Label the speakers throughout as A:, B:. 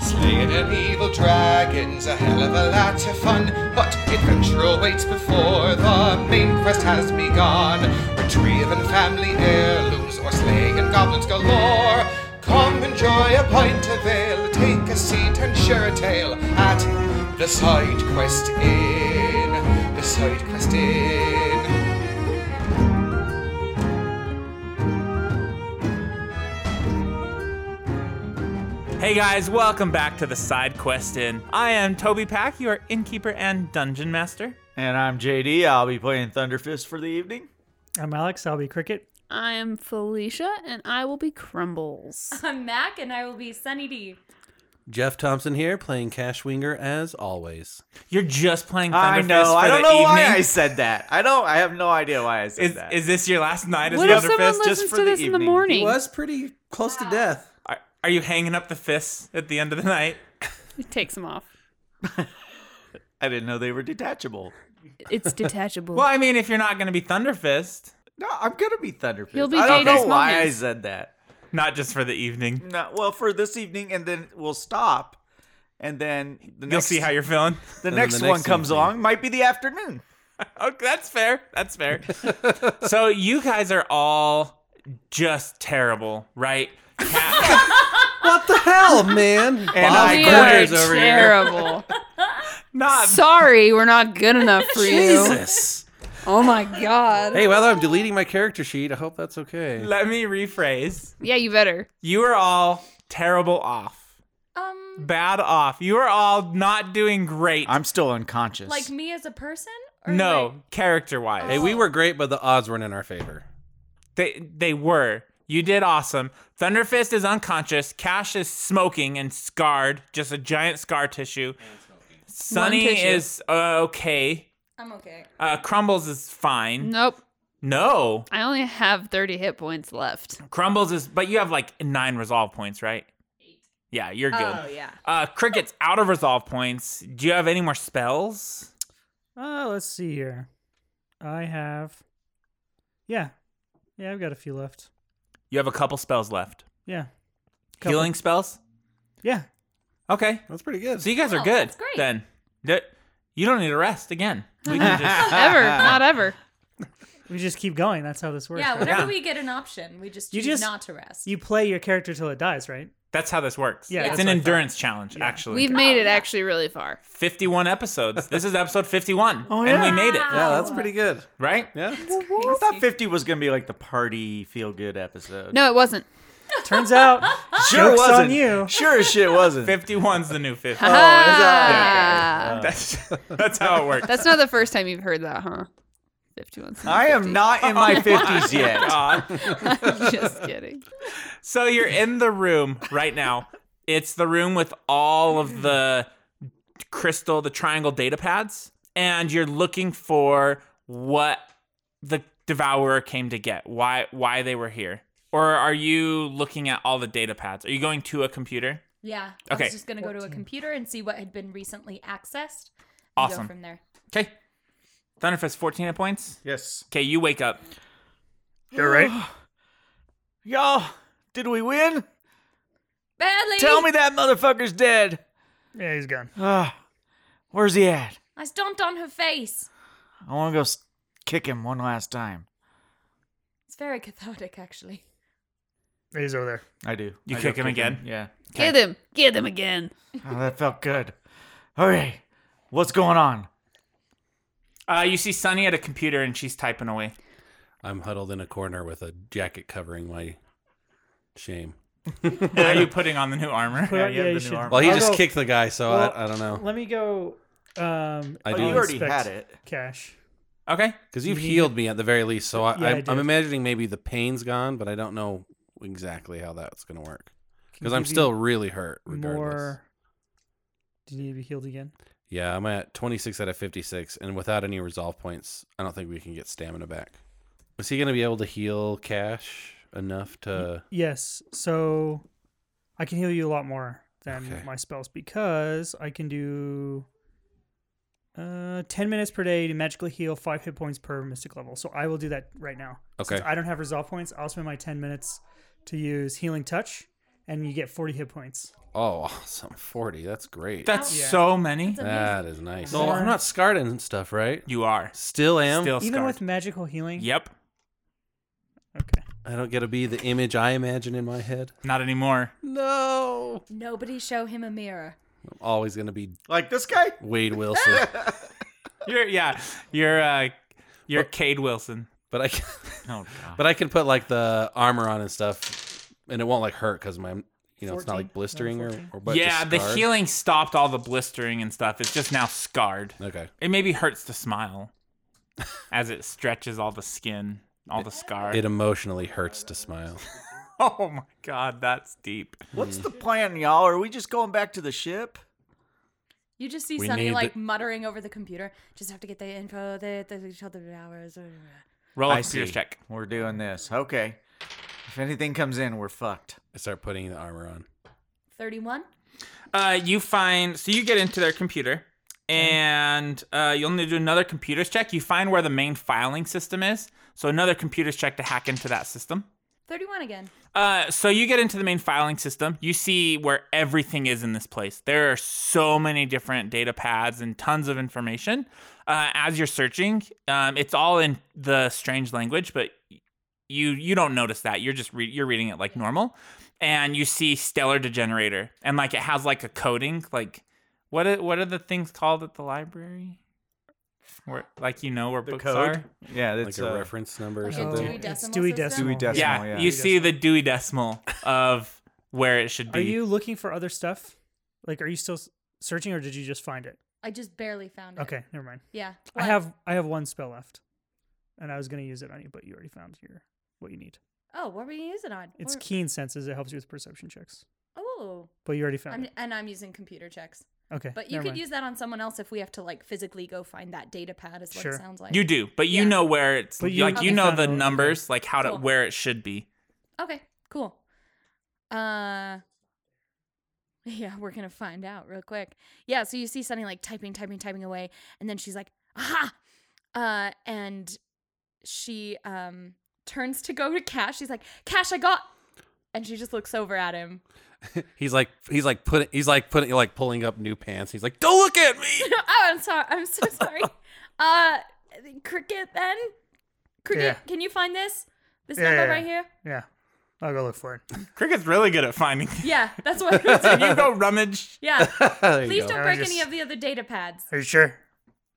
A: Slaying an evil dragon's a hell of a lot of fun, but adventure awaits before the main quest has begun. Retrieving family heirlooms or slaying goblins galore. Come enjoy a pint of ale, take a seat and share a tale at the Side Quest Inn. The Side Quest Inn.
B: Hey guys, welcome back to the Side Quest Inn. I am Toby Pack, your innkeeper and dungeon master.
C: And I'm JD. I'll be playing Thunderfist for the evening.
D: I'm Alex. I'll be Cricket.
E: I am Felicia, and I will be Crumbles.
F: I'm Mac, and I will be Sunny D.
G: Jeff Thompson here, playing Cashwinger as always.
B: You're just playing Thunderfist
C: I know.
B: for
C: I don't
B: the
C: know
B: evening.
C: why I said that. I don't. I have no idea why I said
B: is,
C: that.
B: is this your last night as
E: What if someone
B: Thunderfist?
C: just
E: listens
C: for
E: to
C: the
E: this in the
C: evening.
E: morning?
G: He was pretty close to death.
B: Are, are you hanging up the fists at the end of the night?
E: It takes them off.
C: I didn't know they were detachable.
E: It's detachable.
B: Well, I mean, if you're not going to be Thunderfist,
C: No, I'm gonna be Thunderfist.
E: You'll be
C: I don't know
E: JD's
C: why
E: moment.
C: I said that.
B: not just for the evening.
C: No, well, for this evening, and then we'll stop, and then the
B: You'll
C: next,
B: see how you're feeling.
C: the
G: then
C: next
G: the next
C: one comes
G: evening.
C: along. Might be the afternoon.
B: Oh, that's fair. That's fair. so you guys are all just terrible, right? Ca-
G: What the hell, man?
C: And
G: Bob
C: I
E: we are
G: Burgers over here.
E: terrible.
B: not
E: Sorry, we're not good enough for you.
G: Jesus.
E: Oh my god.
G: Hey, well, I'm deleting my character sheet. I hope that's okay.
B: Let me rephrase.
E: Yeah, you better.
B: You are all terrible off.
F: Um,
B: Bad off. You are all not doing great.
C: I'm still unconscious.
F: like me as a person? Or
B: no,
F: like- Oh.
B: character wise.
G: Hey, we were great, but the odds weren't in our favor.
B: They they were. You did awesome. Thunderfist is unconscious. Cash is smoking and scarred, just a giant scar tissue. Sunny
E: One tissue.
B: is uh, okay.
F: I'm okay.
B: Uh, Crumbles is fine.
E: Nope.
B: No.
E: I only have 30 hit points left.
B: Crumbles is, but you have like nine resolve points, right? Yeah, you're good.
F: Oh, yeah.
B: Uh, Cricket's out of resolve points. Do you have any more spells?
D: Uh, let's see here. I have. Yeah. Yeah, I've got a few left.
B: You have a couple spells left.
D: Yeah. Couple.
B: Healing spells?
D: Yeah.
B: Okay.
G: That's pretty good.
B: So you guys are
F: Oh,
B: good
F: that's great.
B: then. Th- You don't need to rest again. We can just
E: Ever.
C: Ah.
E: not ever.
D: We just keep going. That's how this works.
F: Yeah,
D: right?
F: whenever
B: Yeah.
F: we get an option, we just
D: You
F: choose
D: just-
F: not to rest.
D: You play your character till it dies, right?
B: That's how this works.
D: Yeah,
B: it's
D: that's
B: an
D: what I
B: endurance challenge,
C: Oh,
B: actually.
E: We've made it actually really far.
B: 51 episodes. This is episode 51.
C: Oh,
B: And we
C: yeah.
B: made it,
G: yeah, that's pretty good.
B: right?
G: Yeah.
C: I thought 50 was gonna be like the party feel good episode.
E: No, it wasn't.
D: Turns out,
C: sure
D: Joke's on
C: wasn't.
D: you.
C: Sure as shit wasn't.
B: 51's the new 50.
C: Oh,
E: Ah,
B: That's, that's how it works.
E: That's not the first time you've heard that, huh? 51.
C: I am not in my 50s yet.
B: God.
E: Just kidding.
B: So you're in the room right now. It's the room with all of the crystal, the triangle data pads, and you're looking for what the devourer came to get, why why they were here. Or are you looking at all the data pads? Are you going to a computer?
F: yeah. I
B: Okay.
F: was just going to go to a computer and see what had been recently accessed. and
B: Awesome.
F: Go from there.
B: Okay. Thunderfist, 14 hit points.
C: Yes.
B: Okay, you wake up.
C: You're right. Y'all, did we win?
F: Badly.
C: Tell me that motherfucker's dead.
D: Yeah, he's gone.
C: Ah, where's he at?
F: I stomped on her face.
C: I want to go s- kick him one last time.
F: It's very cathartic, actually.
D: He's over there.
C: I do.
B: You
C: I
B: kick
C: go
B: him again?
C: Yeah.
E: Get him. Get him again.
C: Oh, that felt good. Okay, what's going on?
B: Uh, you see Sunny at a computer and she's typing away.
G: I'm huddled in a corner with a jacket covering my shame.
B: Are you putting on the new armor?
D: Put on-
C: you have the new
D: should-
C: armor.
G: Well, he
D: I'll
G: just
D: go-
G: kicked the guy, so
D: well,
G: I, I don't know.
D: Let me go. Um,
G: I
D: I'll
G: do. You
C: already
D: inspect
C: had it.
D: Cash.
B: Okay.
G: Because you've healed me at the very least, so I,
D: Yeah, I
G: I,
D: did.
G: I'm imagining maybe the pain's gone, but I don't know exactly how that's going to work. Because I'm
D: Give you
G: still really hurt, regardless.
D: more. Do you need to be healed again?
G: Yeah, I'm at 26 out of 56, and without any resolve points, I don't think we can get stamina back. Was he going to be able to heal Cash enough to?
D: Mm-hmm. Yes. So I can heal you a lot more than
G: Okay.
D: my spells because I can do uh, 10 minutes per day to magically heal 5 hit points per mystic level. So I will do that right now.
G: Okay,
D: Since I don't have resolve points. I'll spend my 10 minutes to use healing touch and you get 40 hit points.
G: Oh, awesome. 40. That's great.
B: That's
D: Yeah.
B: so many.
F: That's
G: That is nice.
D: Yeah.
G: No, I'm not scarred and stuff, right?
B: You are.
G: Still am.
B: Still
D: Even
B: scarred.
D: with magical healing?
B: Yep.
D: Okay.
G: I don't get to be the image I imagine in my head.
B: Not anymore.
G: No.
F: Nobody show him a mirror.
G: I'm always going to be
C: Like this guy?
G: Wade Wilson.
B: You're yeah. You're uh you're Cade Wilson.
G: but I can,
B: Oh god.
G: but I can put like the armor on and stuff and it won't like hurt cuz my you know, it's not
D: 14?
G: like blistering or,
D: 14?
G: or but
B: yeah,
G: just
B: the
G: scarred.
B: healing stopped all the blistering and stuff. It's just now scarred.
G: Okay.
B: It maybe hurts to smile as it stretches all the skin, all the scar.
G: It emotionally hurts to smile.
B: oh my god, that's deep.
C: What's the plan, y'all? Are we just going back to the ship?
F: You just see
G: We
F: Sunny
G: need
F: like
G: the-
F: muttering over the computer. Just have to get the info. The the shut the hours.
B: Roll Oh, a
C: I
B: computer
C: see.
B: check.
C: We're doing this. Okay. If anything comes in, we're fucked.
G: I start putting the armor on.
F: Thirty-one.
B: Uh, you find so you get into their computer, and uh, you'll need to do another computer's check. You find where the main filing system is, so another computer's check to hack into that system.
F: Thirty-one again.
B: Uh, so you get into the main filing system. You see where everything is in this place. There are so many different data pads and tons of information. Uh, as you're searching, um, it's all in the strange language, but you you don't notice that. You're just re- you're reading it like normal, and you see stellar degenerator, and like it has like a coding. Like what are, what are the things called at the library? Where like you know where books are.
C: Yeah, uh,
G: Like
C: that's
G: a reference number
F: Like
G: or
F: a
G: something.
F: Dewey
D: Oh, it's
F: Decimal
D: Dewey
F: System?
D: Decimal.
C: Dewey Decimal.
B: Yeah,
C: yeah.
B: you see the Dewey Decimal of where it should be.
D: Are you looking for other stuff? Like, are you still s- searching, or did you just find it?
F: I just barely found it.
D: Okay, never mind.
F: Yeah.
D: I
F: What?
D: have I have one spell left, and I was gonna use it on you, but you already found your what you need.
F: Oh, what were you using on?
D: It's
F: Where-
D: keen senses. It helps you with perception checks,
F: Oh.
D: but you already found
F: I'm,
D: it.
F: and I'm using computer checks.
D: Okay,
F: But you
D: never
F: could
D: mind.
F: use that on someone else if we have to like physically go find that data pad. Is what
D: Sure.
F: it sounds like.
B: You do, but you
F: Yeah.
B: know where it's
D: But you-
B: like you
F: Okay.
B: know
D: Yeah,
B: the
D: no, okay.
B: numbers, like how to
F: Cool.
B: where it should be.
F: Okay. Cool. Uh. Yeah, we're gonna find out real quick. Yeah. So you see Sunny like typing, typing, typing away, and then she's like, "Aha!" Uh, and she um turns to go to Cash. She's like, "Cash, I got." And she just looks over at him.
G: He's like he's like putting he's like putting like pulling up new pants. He's like, "Don't look at me."
F: oh, I'm sorry. I'm so sorry. uh, cricket then. Cricket,
D: Yeah.
F: can you find this? This
D: Yeah,
F: number
D: yeah,
F: right here.
D: yeah, I'll go look for it.
B: Cricket's really good at finding.
F: Yeah, that's what. I'm
B: you go rummage.
F: yeah.
G: There you
F: Please
G: go.
F: don't
D: I
F: break
D: just-
F: any of the other data pads.
D: Are you sure?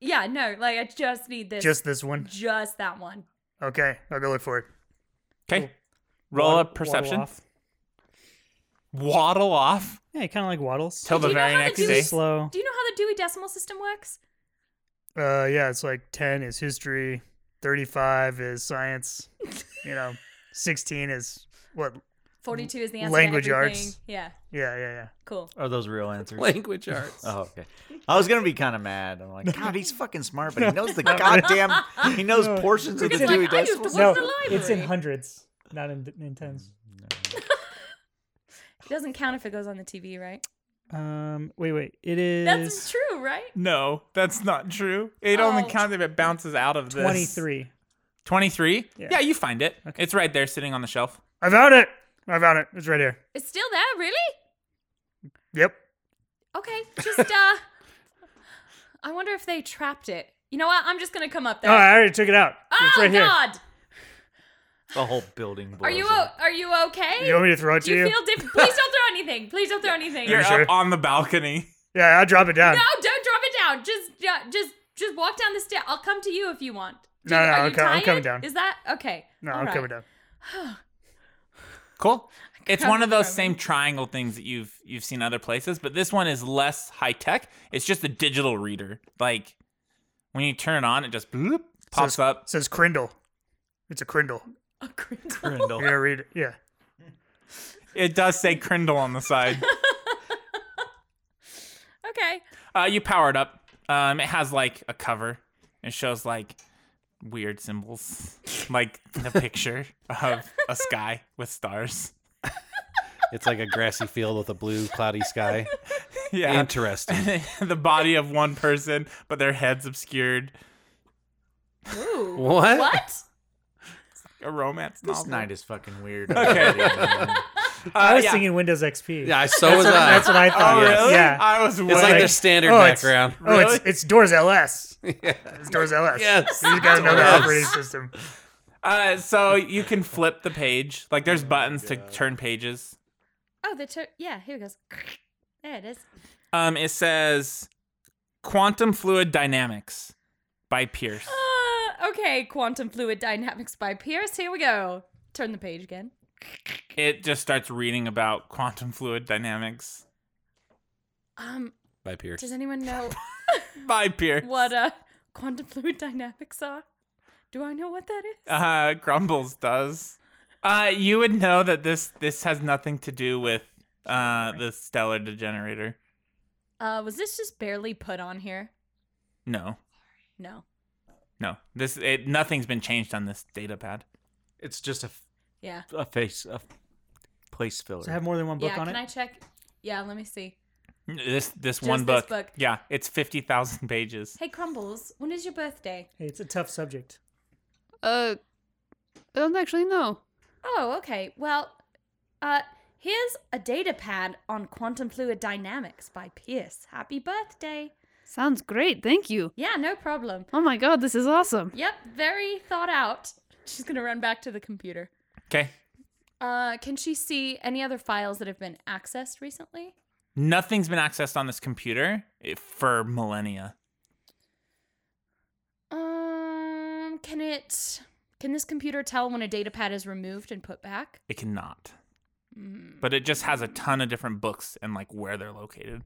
F: Yeah, no. Like I just need this.
D: Just this one?
F: just that one.
D: Okay, I'll go look for it.
B: Okay, roll a
D: Waddle-
B: perception.
D: waddle
B: Waddle off,
D: off.
B: till
D: Yeah, kind of like waddles.
B: the
F: you know
B: very
F: how to
B: next
F: do
B: day.
F: this?
D: Slow.
F: Do you know how the Dewey Decimal System works?
D: Uh, yeah, it's like ten is history, thirty-five is science, you know, sixteen is what?
F: Forty-two is the answer.
D: Language
F: to
D: arts.
F: everything. Yeah.
D: Yeah, yeah, yeah.
F: Cool.
C: Are those real answers?
G: language arts.
C: Oh, okay. I was gonna be kind of mad. I'm like, God, he's fucking smart, but he knows the goddamn. He knows
D: No.
C: portions of the
F: Cricket's
C: Dewey
F: like, I used
C: Decimal.
F: to work
D: No,
F: in the library.
D: it's in hundreds, not in, in tens.
F: It doesn't count if it goes on the TV, right?
D: Um, wait, wait. It is
F: That's true, right?
B: No, that's not true. It only
F: Oh.
B: counts if it bounces out of this.
D: twenty-three.
B: Twenty-three.
D: Yeah.
B: Yeah. you find it. It's right there, sitting on the shelf.
D: I found it. I found it. It's right here.
F: It's still there, really?
D: Yep.
F: Okay, just uh, I wonder if they trapped it. You know what? I'm just gonna come up
D: Oh,
F: there.
D: I already took it out.
F: oh
D: it's right
F: God!
C: The whole building.
F: Are
C: blows
F: you o-
C: up.
F: are you okay?
D: here. You want me to throw it
F: Do
D: to
F: you
D: you?
F: feel different? Please don't throw anything. Please don't throw anything.
B: You're
F: no,
D: sure?
B: up on the balcony.
D: yeah, I'll drop it down.
F: don't drop it down. Just ju- just just walk down the stair. I'll come to you if you want.
D: No,
F: Are
D: no,
F: you
D: I'm com- I'm
F: tired?
D: coming down.
F: Is that okay?
D: No,
F: All
D: I'm
F: right.
D: coming down.
B: Cool. It's one of those
F: Crummy.
B: same triangle things that you've you've seen other places, but this one is less high tech. It's just a digital reader. Like when you turn it on, it just bloop, pops
D: says,
B: up.
D: Says Crindle. It's a Crindle.
F: A crinkle.
D: You
C: Grindel.
D: gotta read it. Yeah.
B: It does say Crindle on the side.
F: Okay.
B: uh, you power it up. Um, it has like a cover. It shows like weird symbols, like the picture of a sky with stars.
G: It's like a grassy field with a blue cloudy sky.
B: Yeah,
G: Interesting.
B: the body of one person, but their head's obscured.
F: Ooh.
G: What?
F: What?
B: A romance
C: This
B: novel.
C: night is fucking weird.
B: Okay.
C: already, man.
D: I
B: Uh,
F: Oh,
D: was
B: yeah.
D: thinking Windows XP.
G: Yeah, so
D: that's
G: was uh,
D: what,
G: I.
D: That's what I thought.
B: Oh, really?
D: Yeah.
B: I was
G: it's like
D: like-
G: their standard
D: oh, it's-
G: background.
D: oh, it's it's Doors LS.
G: Yeah.
D: It's Doors LS.
G: Yes.
D: You gotta know the
G: Yes.
D: operating system.
B: Uh, so you can flip the page. Like there's buttons to turn pages.
F: Oh, the tur- yeah. Here it goes. There it is.
B: Um, it says Quantum Fluid Dynamics by Pierce.
F: Uh, okay, quantum fluid dynamics by Pierce. Here we go. Turn the page again.
B: It just starts reading about quantum fluid dynamics
F: Um,
G: By Pierce.
F: does anyone know
B: by Pierce.
F: what uh quantum fluid dynamics are? Do I know what that is?
B: Uh, Grumbles does. Uh, you would know that this this has nothing to do with uh the stellar degenerator.
F: Uh, was this just barely put on here?
B: No,
F: No.
B: no. This it, nothing's been changed on this data pad.
H: It's just a, f-
F: Yeah.
H: a face, a place filler.
D: Does it have more than one book
F: yeah.
D: on
F: Can
D: it?
F: I check? Yeah. Let me see.
B: This this
F: Just
B: one
F: this
B: book.
F: book.
B: Yeah, it's fifty thousand pages.
F: Hey, Crumbles. When is your birthday?
D: Hey, it's a tough subject.
E: Uh, I don't actually know.
F: Oh, okay. Well, uh, here's a data pad on quantum fluid dynamics by Pierce. Happy birthday.
E: Sounds great. Thank you.
F: Yeah. No problem.
E: Oh my god, this is awesome.
F: Yep, very thought out. She's gonna run back to the computer.
B: Okay,
F: Uh, can she see any other files that have been accessed recently?
B: nothing's been accessed on this computer eh, for millennia.
F: Um, can it? Can this computer tell when a data pad is removed and put back?
B: It cannot.
F: Mm.
B: But it just has a ton of different books and like where they're located.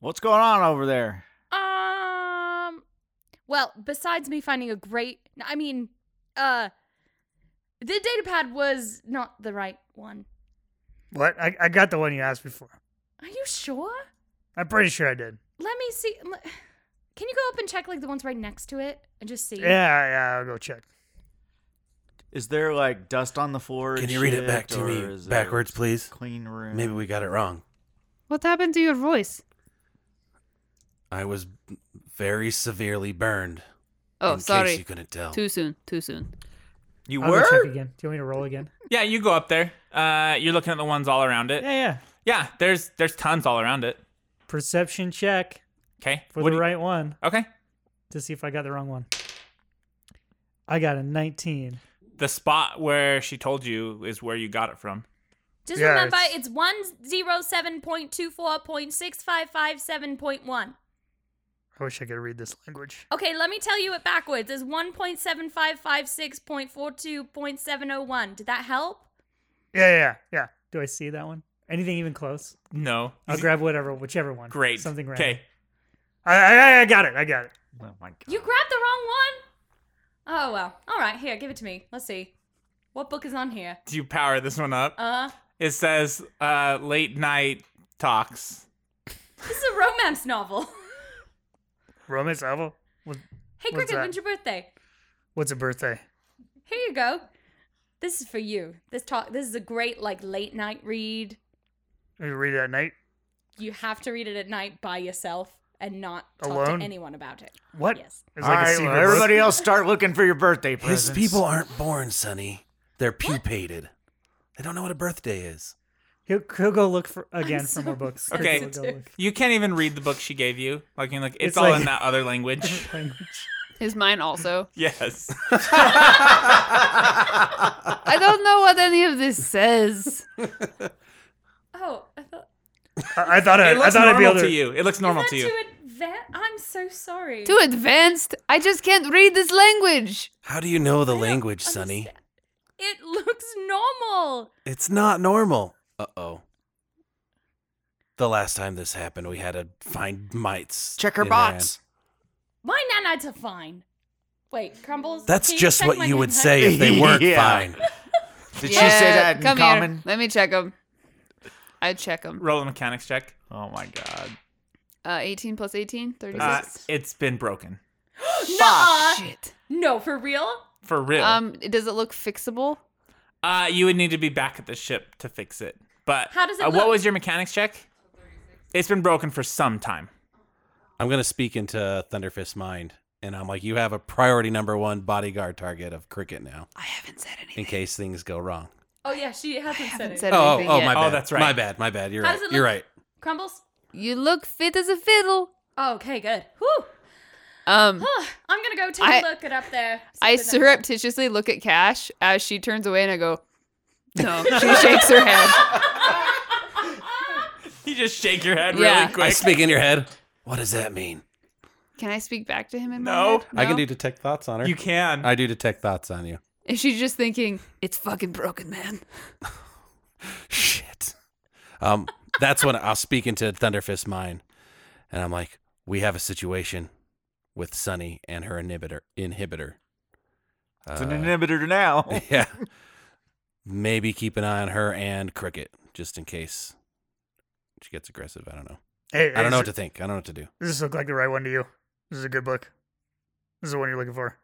C: What's going on over there?
F: Um, well, besides me finding a great, I mean, uh, the data pad was not the right one.
D: What? I, I got the one you asked before.
F: Are you sure?
D: I'm pretty sure I did.
F: Let me see. le- Can you go up and check like the ones right next to it and just see?
D: Yeah, yeah, I'll go check.
C: Is there like dust on the floor?
G: Can
C: and
G: you read it
C: shit,
G: back to
C: or
G: me
C: is there
G: backwards, please?
C: Clean room.
G: Maybe we got it wrong.
E: What happened to your voice?
G: I was very severely burned.
E: Oh,
G: in
E: sorry.
G: Case you couldn't tell.
E: Too soon. Too soon.
C: you
D: I'll
C: were.
D: go check again. Do you want me to roll again?
B: Yeah, you go up there. Uh, you're looking at the ones all around it.
D: Yeah, yeah.
B: Yeah, there's there's tons all around it.
D: Perception check
B: Okay.
D: for
B: What do
D: the
B: you-
D: right one
B: Okay.
D: to see if I got the wrong one. I got a 19.
B: The spot where she told you is where you got it from.
F: Just
D: Yeah,
F: remember,
D: it's-
F: it's one zero seven point two four point six five five seven point one.
D: I wish I could read this language.
F: Okay, let me tell you it backwards. It's one point seven five five six point four two point seven zero one. Did that help?
D: Yeah, yeah, yeah, yeah. Do I see that one? Anything even close?
B: No.
D: I'll grab whatever, whichever one.
B: Great.
D: Something random.
B: Okay.
D: I, I, I got it. I got it.
C: Oh my god.
F: You grabbed the wrong one. Oh well. All right, here, give it to me. Let's see. What book is on here?
B: Do you power this one up?
F: Uh,
B: It says uh, late night talks.
F: this is a romance novel.
D: Romance novel. What,
F: hey,
D: What's
F: Cricket,
D: that?
F: when's your birthday?
D: what's a birthday?
F: Here you go. This is for you. This talk. This is a great like late night read.
D: Are you read it at night?
F: You have to read it at night by yourself and not talk
D: Alone?
F: to anyone about it.
D: What?
F: Yes.
D: It's like
C: All
D: a
C: right,
D: secret
C: well,
D: book?
C: everybody else start looking for your birthday
G: His
C: presents.
G: people aren't born, Sonny. They're pupated. They don't know what a birthday is.
D: He'll, he'll go look for again for
F: so
D: more books.
B: Okay.
D: He'll go look.
B: You can't even read the book she gave you. Like, you're like it's,
D: It's
B: all
D: like-
B: in that other language.
D: Language.
E: Is mine also?
B: yes.
E: I don't know what any of this says.
F: Oh, I thought.
D: I, I thought I,
B: It
D: I
B: looks
D: thought I'd be
B: normal
D: able
B: to
D: to.
B: you. It looks normal
F: Is
B: to
F: that
B: you.
F: too advan- I'm so sorry.
E: Too advanced. I just can't read this language.
G: How do you know the
F: I don't
G: language, Sonny?
F: understand. It looks normal.
G: It's not normal. Uh oh. The last time this happened, we had to find mites.
C: Check her
G: in Iran.
C: bots.
F: My nanites are fine. Wait, crumbles.
G: That's
F: can you
G: just
F: check
G: what
F: my
G: you would
F: nanites?
G: say if they weren't
C: Yeah.
G: fine.
C: Did she say that in
E: come
C: common?
E: Here. Let me check them. I check them.
B: Roll a mechanics check.
C: Oh my god.
E: Uh, 18 plus 18, 36.
B: Uh, it's been broken
C: Uh,
F: Nuh-uh.
E: Shit.
F: No, for real?
B: for real.
E: Um, does it look fixable?
B: uh, you would need to be back at the ship to fix it. But
F: How does it
B: uh, what
F: look?
B: was your mechanics check? It's been broken for some time.
G: I'm gonna speak into Thunderfist's mind, and I'm like, "You have a priority number one bodyguard target of Cricket now,
E: I haven't said anything.
G: in case things go wrong."
F: Oh yeah, she hasn't said
E: haven't
F: it.
E: said
G: Oh,
E: anything
G: oh,
E: yet.
G: my bad.
B: Oh, that's right.
G: My bad. My bad. You're
F: How
G: right.
F: does it
G: You're
F: look?
G: right.
F: Crumbles.
E: You look fit as a fiddle.
F: Oh, okay, good. Whew.
E: Um,
F: Huh. I'm gonna go take
E: I-
F: a look it up there. See
E: I
F: if there's anything.
E: surreptitiously look at Cash as she turns away and I go, no. she shakes her head.
B: You just shake your head
E: Yeah.
B: really
G: I
B: quick.
G: speak in your head. What does that mean?
E: Can I speak back to him in
B: No.
E: my head?
G: I can do detect thoughts on her.
B: You can.
G: I do detect thoughts on you.
E: And she's just thinking, it's fucking broken, man.
G: Shit. Um, that's when I'll speak into Thunderfist's mind, and I'm like, "We have a situation with Sunny and her inhibitor. Inhibitor.
C: It's an
G: Uh,
C: inhibitor now.
G: yeah. Maybe keep an eye on her and Cricket, just in case she gets aggressive. I don't know.
D: Hey,
G: I don't know what
D: Does
G: to think. I don't know what to do.
D: this look like the right one to you? This is a good book. This is the one you're looking for.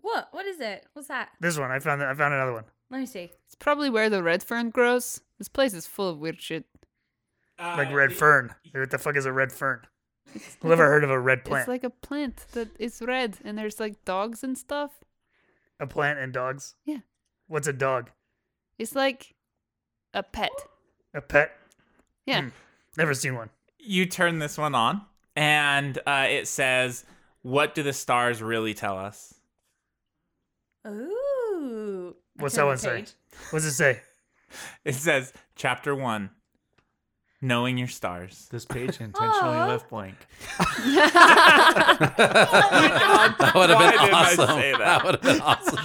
F: What? What is it? What's that?
D: This one I found. I found another one.
F: Let me see.
E: It's probably where the red fern grows. This place is full of weird shit.
B: Uh,
D: Like red fern. What the fuck is a red fern? Who ever heard of a red plant?
E: It's like a plant that is red and there's like dogs and stuff.
D: a plant and dogs.
E: Yeah.
D: What's a dog?
E: It's like a pet.
D: A pet.
E: Yeah.
D: Hmm. Never seen one.
B: you turn this one on, and uh, it says, "What do the stars really tell us?"
F: Ooh. I
D: What's
F: turned
D: that one
F: the
D: say?
F: page.
D: What's it say?
B: It says, "Chapter one, knowing your stars."
H: This page intentionally
F: Aw.
H: left blank.
G: That would have
B: Why
G: been
B: did I
G: awesome.
B: say
G: that?
B: that?
G: would have been awesome.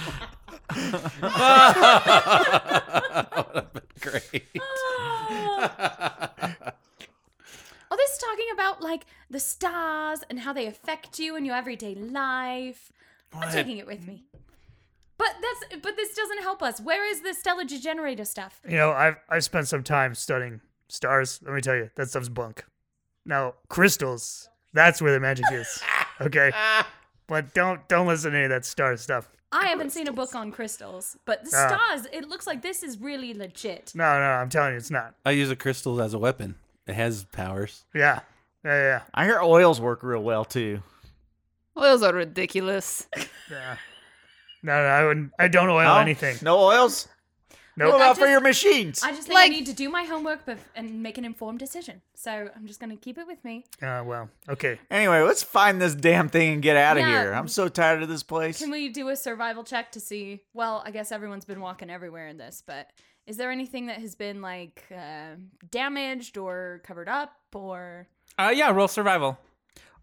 G: that would have been great.
F: Oh, this is talking about like the stars and how they affect you in your everyday life. I'm taking it with me. But that's but this doesn't help us. Where is the stellar generator stuff?
D: You know, I've I've spent some time studying stars. Let me tell you, that stuff's bunk. Now, crystals, that's where the magic is. Okay. But don't don't listen to any of that star stuff.
F: I haven't seen a book on crystals, but the
D: Ah.
F: stars, it looks like this is really legit.
D: No, no, I'm telling you, it's not.
G: I use a crystal as a weapon. It has powers.
D: Yeah. Yeah, yeah,
C: I hear oils work real well too.
E: Oils are ridiculous.
D: yeah. No, no, I wouldn't. I don't oil
C: No?
D: anything.
C: No oils.
D: Nope.
C: What
F: I
C: about for
F: just-
C: your machines?
F: I just think
E: Like-
F: I need to do my homework bef- and make an informed decision. So I'm just going to keep it with me.
D: Uh, well, okay.
C: Anyway, let's find this damn thing and get out of
F: Yeah.
C: here. I'm so tired of this place.
F: Can we do a survival check to see? Well, I guess everyone's been walking everywhere in this, but is there anything that has been like uh, damaged or covered up or?
B: Uh, yeah, roll survival.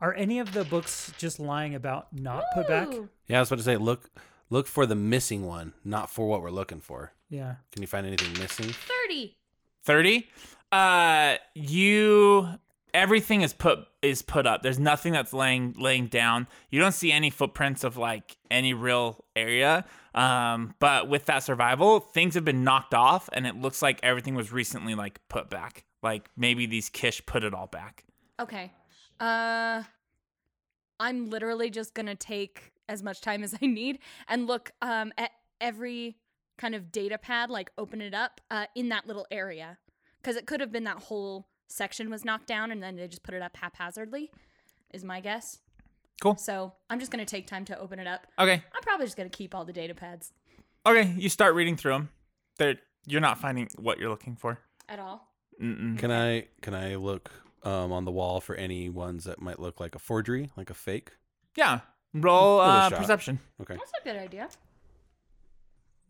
I: Are any of the books just lying about not put back?
F: Ooh.
G: Yeah, I was about to say, look, look for the missing one, not for what we're looking for.
I: Yeah.
G: Can you find anything missing?
F: Thirty.
B: 30 uh you everything is put is put up there's nothing that's laying laying down you don't see any footprints of like any real area um but with that survival things have been knocked off and it looks like everything was recently like put back like maybe these kish put it all back
F: Okay. Uh, I'm literally just gonna take as much time as I need and look um at every kind of data pad, like open it up uh, in that little area, because it could have been that whole section was knocked down and then they just put it up haphazardly, is my guess.
B: Cool.
F: So I'm just gonna take time to open it up.
B: okay
F: I'm probably just gonna keep all the data pads
B: okay you start reading through them They're, you're not finding what you're looking for
F: at all.
B: Mm-mm.
G: Can I can I look um, on the wall for any ones that might look like a forgery, like a fake?
B: yeah roll
G: Give it a
B: uh,
G: shot.
B: perception
G: Okay.
F: That's a good idea.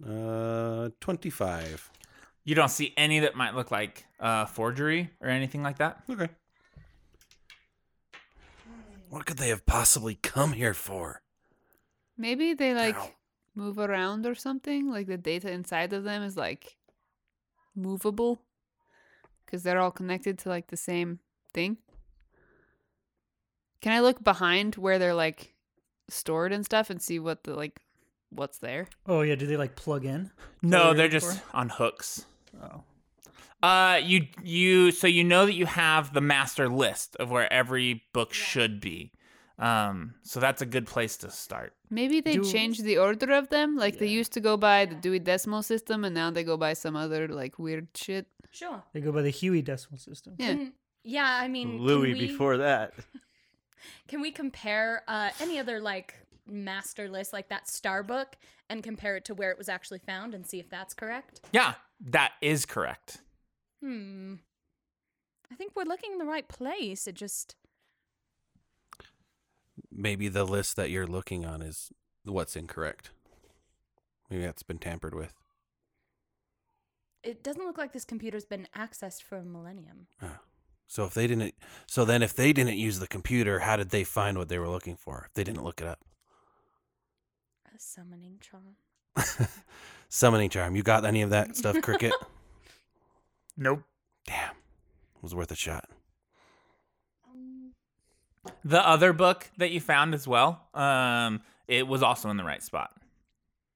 G: Uh, twenty-five.
B: you don't see any that might look like uh forgery or anything like that
G: Okay. What could they have possibly come here for?
E: Maybe they like move around or something. Like the data inside of them is like movable because they're all connected to like the same thing. Can I look behind where they're like stored and stuff and see what the like what's there?
I: Oh yeah. Do they like plug in?
B: No,
I: What
B: they're
I: we're
B: just
I: looking
B: on hooks. Oh. Uh, you you so you know that you have the master list of where every book should be. Um, so that's a good place to start.
E: Maybe they
I: Do-
E: changed the order of them. Like they used to go by the Dewey Decimal System and now they go by some other like weird shit.
F: Sure.
I: They go by the Huey decimal system.
E: Yeah.
F: Yeah, I mean, can
C: Louis
F: we-
C: before that.
F: Can we compare uh, any other like master list, like that star book, and compare it to where it was actually found and see if that's correct?
B: Yeah, That is correct.
F: Hmm. I think we're looking in the right place. It just
G: Maybe the list that you're looking on is what's incorrect. Maybe that's been tampered with.
F: it doesn't look like this computer's been accessed for a millennium.
G: So if they didn't, so then if they didn't use the computer, how did they find what they were looking for? If they didn't look it up.
F: A summoning charm.
G: Summoning charm. You got any of that stuff, Cricket?
D: Nope.
G: Damn, it was worth a shot.
B: The other book that you found as well, um, it was also in the right spot.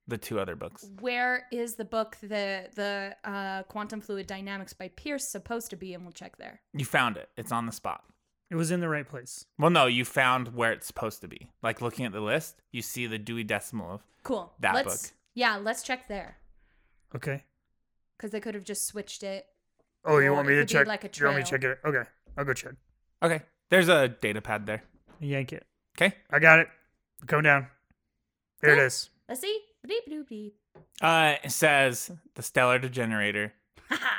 B: The two other books.
F: Where is the book the the uh, quantum fluid dynamics by Pierce supposed to be? And we'll check there.
B: You found it. It's on the spot.
I: It was in the right place.
B: Well, no, you found where it's supposed to be. Like looking at the list, you see the Dewey Decimal of.
F: Cool.
B: That
F: let's,
B: book.
F: Yeah, let's check there
I: Okay.
F: because they could have just switched it.
D: Oh, you
F: Or
D: want
F: it
D: me to
F: could be
D: check?
F: like a
D: you want me to
F: trail.
D: check it? Okay, I'll go check.
B: Okay, there's a data pad there.
I: Yank it.
B: Okay.
D: I got it. Come down. There it
F: Yeah.
D: is.
F: Let's see. Bleep, bloop, bleep.
B: Uh, it says the Stellar Degenerator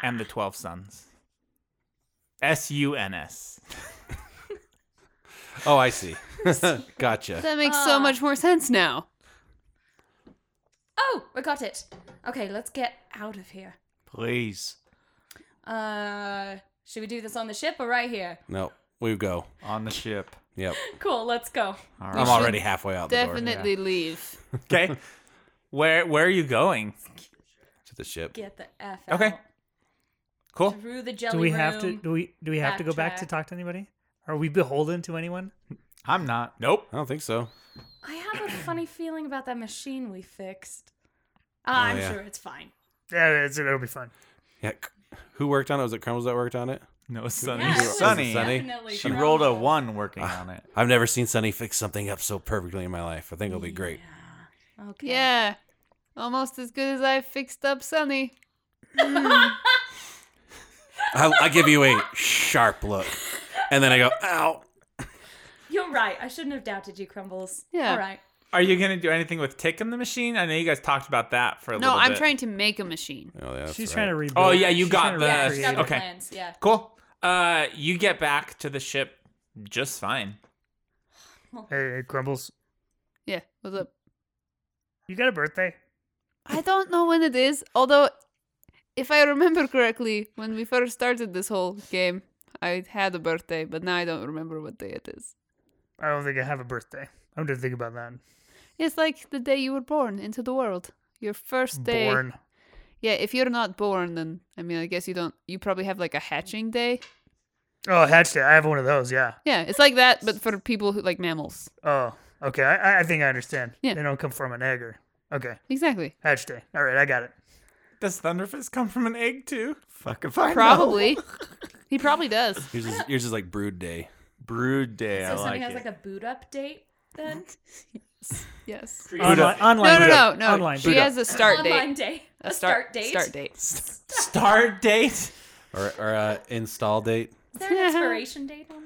B: and the Twelve Suns. S U N S.
G: Oh, I see. gotcha.
E: That makes so
F: Ah.
E: much more sense now.
F: Oh, we got it. Okay, let's get out of here.
H: Please.
F: Uh, should we do this on the ship or right here?
G: No, we go.
H: On the ship.
G: Yep,
F: Cool. Let's go.
H: All
G: I'm
H: right.
G: already halfway out the door
E: Definitely leave.
B: Okay. where Where are you going?
G: to the ship.
F: Get the f
B: Okay.
F: out.
B: Cool.
F: Through the jelly
I: do we have to
F: room.
I: do we do we have to go back to
F: backtrack.
I: talk to anybody? Are we beholden to anyone?
H: I'm not.
B: Nope.
G: I don't think so.
F: I have a funny feeling about that machine we fixed. Ah,
G: Oh,
F: I'm
G: yeah.
F: sure it's fine.
D: Yeah, it's, it'll be fun.
G: Yeah. c- Who worked on it? Was it Crumbles that worked on it?
B: No Sunny.
F: Yeah, it was
H: Sunny.
G: Sunny.
F: definitely
H: She rolled a
F: Crumble.
H: one working on it.
G: I've never seen Sunny fix something up so perfectly in my life. I think it'll be great.
F: Okay.
E: Yeah. Almost as good as I fixed up Sunny.
G: I, I give you a sharp look, and then I go, "Ow!"
F: You're right. I shouldn't have doubted you, Crumbles.
E: Yeah.
F: All right.
B: Are you gonna do anything with Tick and the Machine? I know you guys talked about that for a
E: No,
B: little
E: I'm
B: bit.
E: trying to make a machine.
G: Oh, yeah, that's
I: She's
G: right.
I: trying to rebuild.
B: Oh, yeah, you
I: She's
B: got
I: trying to
B: the-
F: Yeah,
B: Yes.
F: she's
I: recreate
F: got the
B: Okay.
F: plans. Yeah.
B: Cool. Uh, you get back to the ship just fine.
D: Hey, hey, Crumbles,
E: Yeah. What's up?
D: you got a birthday?
E: I don't know when it is, although if I remember correctly, when we first started this whole game, I had a birthday, but now I don't remember what day it is.
D: I don't think I have a birthday. I'm gonna think about that.
E: It's like the day you were born into the world. Your first day.
D: Born.
E: Yeah, if you're not born, then I mean, I guess you don't. You probably have like a hatching day.
D: Oh, hatch day. I have one of those. Yeah.
E: Yeah, it's like that, but for people who like mammals.
D: Oh, okay. I, I- I think I understand.
E: Yeah.
D: They don't come from an egg or. Okay.
E: Exactly.
D: Hatch day. All right, I got it.
B: Does Thunderfist come from an egg too?
H: Fucking fine.
E: Probably. he probably does.
G: Yours is, yours is like brood day.
H: Brood day.
F: So
H: I
F: somebody
H: like
F: has
H: it.
F: like a boot up date then?
E: Yes.
I: it. Online, online.
E: No, no,
I: boot
E: no,
I: up.
E: no.
I: Online.
E: She
I: boot up.
E: has a start
F: Online
E: date.
F: date.
E: A start,
F: date.
E: Start date.
B: Start date?
G: or, or uh, install date.
F: Is there an expiration date on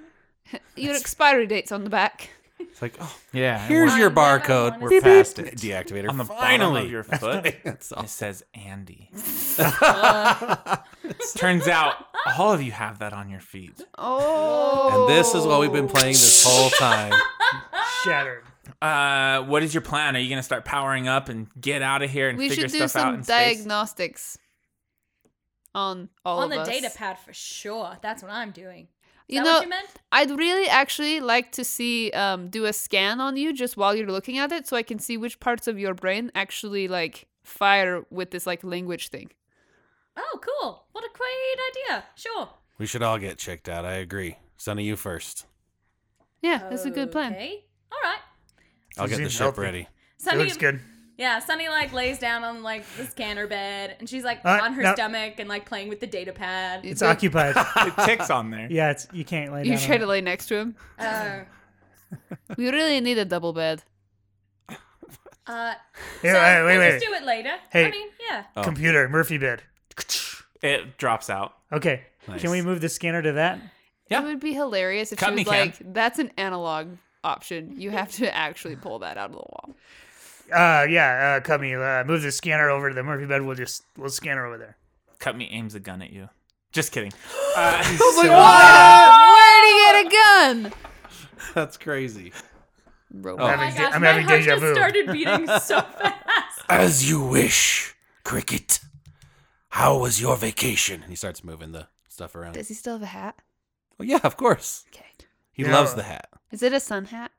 F: it?
E: Your expiry date's on the back.
G: It's like, oh,
H: yeah.
G: here's
F: I
G: your
F: never
G: barcode.
F: wanted
G: We're
F: to-
G: past it. Deactivator.
B: On the bottom
G: Finally,
B: of your foot,
G: That's all.
B: it says Andy. Turns out all of you have that on your feet.
E: Oh.
G: and this is what we've been playing this whole time.
D: Shattered.
B: Uh, what is your plan? Are you gonna start powering up and get out of here and
E: We
B: figure
E: should do
B: stuff out
E: some
B: in space?
E: diagnostics on all
F: on
E: of
F: the
E: us.
F: data pad for sure. That's what I'm doing. Is
E: You
F: that
E: know,
F: what you meant?
E: I'd really actually like to see um, do a scan on you just while you're looking at it, so I can see which parts of your brain actually like fire with this like language thing.
F: Oh, cool. What a great idea. Sure.
G: We should all get checked out. I agree. Sonny, you first.
E: Yeah, that's a good plan.
F: Okay. All right.
G: I'll get the
D: Seems
G: ship
D: healthy.
G: ready.
D: It
F: Sunny,
D: looks good.
F: yeah, Sunny like lays down on like the scanner bed, and she's like
D: Uh,
F: on her
D: no.
F: stomach and like playing with the data pad.
E: You
I: It's
E: go-
I: occupied.
B: it ticks on there.
I: yeah, it's you can't lay down.
E: You
I: on
E: try
I: it.
E: to lay next to him.
F: Uh,
E: We really need a double bed.
F: uh,
D: Here,
F: so
D: hey, wait,
F: we'll
D: wait.
F: just do it later. I
D: Hey.
F: mean, yeah.
G: Oh.
D: Computer, Murphy bed.
B: It drops out.
I: Okay.
G: Nice.
I: Can we move the scanner to that?
B: Yeah.
E: It would be hilarious if
B: Cut
E: she
B: me,
E: was
B: Cam.
E: like, "That's an analog option. You have to actually pull that out of the wall."
D: Uh, yeah. Uh, Cubby, uh, move the scanner over to the Murphy bed. We'll just we'll scan her over there.
B: Cut me aims a gun at you. Just kidding. Uh,
E: Where do you get a gun?
G: That's crazy.
E: Robot.
F: Oh my
D: having de-
F: gosh,
D: I'm
F: my
D: having
F: heart
D: deja
F: just
D: vu.
F: started beating so fast.
G: As you wish, Cricket. How was your vacation? And he starts moving the stuff around.
E: Does he still have a hat?
G: Oh, yeah, of course.
E: Okay.
G: He
D: Yeah.
G: loves the hat.
E: Is it a sun hat?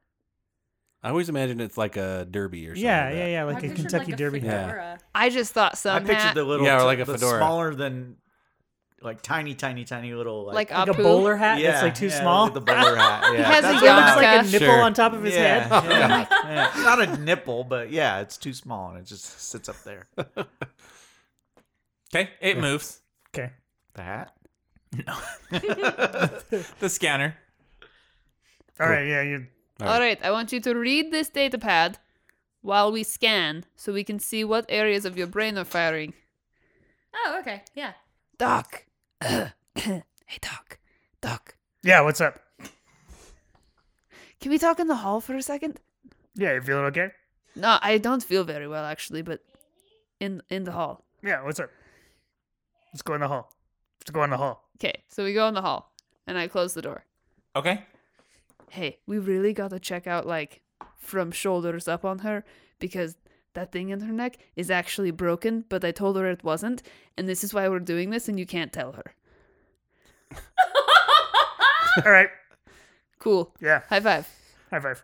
G: I always imagine it's like a derby or something.
I: Yeah,
G: like
I: yeah,
G: that.
I: yeah,
F: I
I: like a
F: pictured,
I: Kentucky
F: like, a
I: Derby.
G: Yeah.
F: fedora.
E: I just thought
C: I
E: sun
C: pictured
E: hat.
C: the little,
G: Yeah, or
C: t-
G: like a
C: the
G: fedora.
C: smaller than, like tiny, tiny, tiny little, like,
E: like
I: Like a
E: Apu.
I: bowler hat
C: yeah,
I: that's like too
C: yeah,
I: small.
C: The bowler hat. Yeah.
E: has a
C: That's
I: It
C: what
E: yarmulke.
I: looks like a nipple
G: Sure.
I: on top of his
C: yeah,
I: head.
C: Yeah, yeah. It's Not a nipple, but yeah, it's too small and it just sits up there.
B: okay, it moves.
I: Okay.
C: The hat.
B: The scanner.
D: All right, yeah, you
E: All right, I want you to read this data pad while we scan so we can see what areas of your brain are firing.
F: Oh, okay. Yeah.
E: Doc. hey, Doc. Doc.
D: Yeah, what's up?
E: Can we talk in the hall for a second?
D: Yeah, you feeling okay?
E: No, I don't feel very well actually, but in in the hall.
D: Yeah, what's up? Let's go in the hall. Let's go in the hall.
E: Okay, so we go in the hall and I close the door.
B: Okay.
E: Hey, we really got to check out like from shoulders up on her because that thing in her neck is actually broken, but I told her it wasn't, and this is why we're doing this and you can't tell her.
D: All right,
E: Cool.
D: yeah,
E: High five.
D: high five.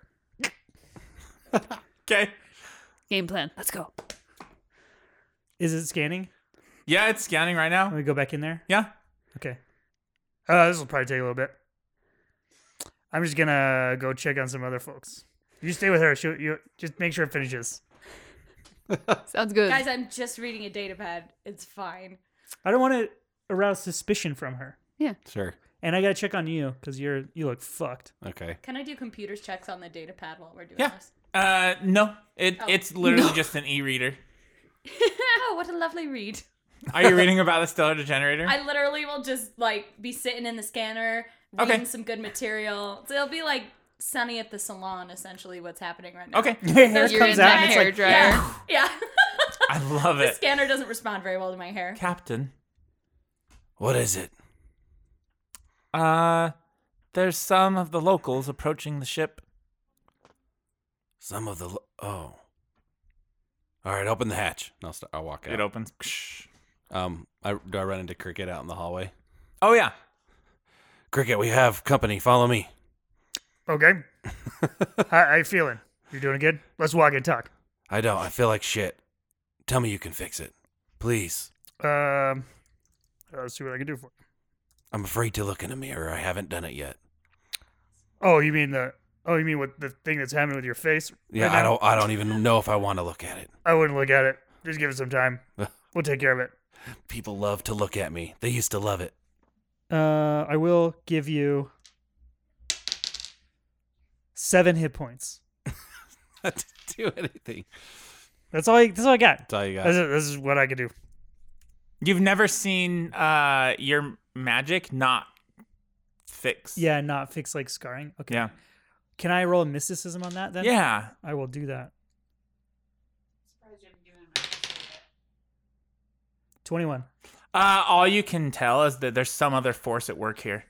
B: Okay.
E: Game plan. Let's go.
I: Is it scanning?
B: Yeah, it's scanning right
I: Let
B: now.
I: me go back in there.
B: Yeah.
I: Okay.
D: Uh, this will probably take a little bit. I'm just gonna go check on some other folks. You stay with her. She, you just make sure it finishes.
E: Sounds good.
F: Guys, I'm just reading a data pad. It's fine.
I: I don't want to arouse suspicion from her.
G: Sure.
I: And I gotta check on you because you're you look fucked.
G: Okay.
F: Can I do computers checks on the data pad while we're doing
B: Yeah.
F: this?
B: Uh, no. It
F: Oh.
B: it's literally just an e-reader.
F: oh, what a lovely read.
B: Are you reading about the stellar generator?
F: I literally will just like be sitting in the scanner, reading
B: Okay.
F: some good material. So it'll be like sunny at the salon, essentially what's happening right now.
B: okay.
I: Your hair
F: you're
I: comes
F: in
I: out
F: that
I: and it's like
E: hairdryer.
F: Yeah.
B: I love
F: the
B: it.
F: scanner doesn't respond very well to my hair.
B: Captain.
G: What is it?
B: Uh there's some of the locals approaching the ship.
G: Some of the. Lo- oh. All right, open the hatch. And I'll, start, I'll walk out.
B: It opens. Ksh.
G: Um, I, do I run into Cricket out in the hallway?
B: Oh yeah.
G: Cricket, we have company. Follow me.
D: Okay. how, how you feeling? You doing good? Let's walk and talk.
G: I don't. I feel like shit. Tell me you can fix it. Please.
D: Um, let's see what I can do for. You.
G: I'm afraid to look in a mirror. I haven't done it yet.
D: Oh, you mean the? Oh, you mean what the thing that's happening with your face?
G: Yeah,
D: right
G: I
D: now?
G: don't. I don't even know if I want to look at it.
D: I wouldn't look at it. Just give it some time. We'll take care of it.
G: People love to look at me. They used to love it.
I: Uh, I will give you seven hit points.
G: I didn't do anything.
I: That's all. I, that's all I got.
G: That's all you got.
D: This is, this is what I can do.
B: You've never seen uh your magic not fix.
I: Yeah, not fix like scarring. Okay.
B: Yeah.
I: Can I roll a mysticism on that then?
B: Yeah.
I: I will do that. Twenty-one.
B: Uh all you can tell is that there's some other force at work here.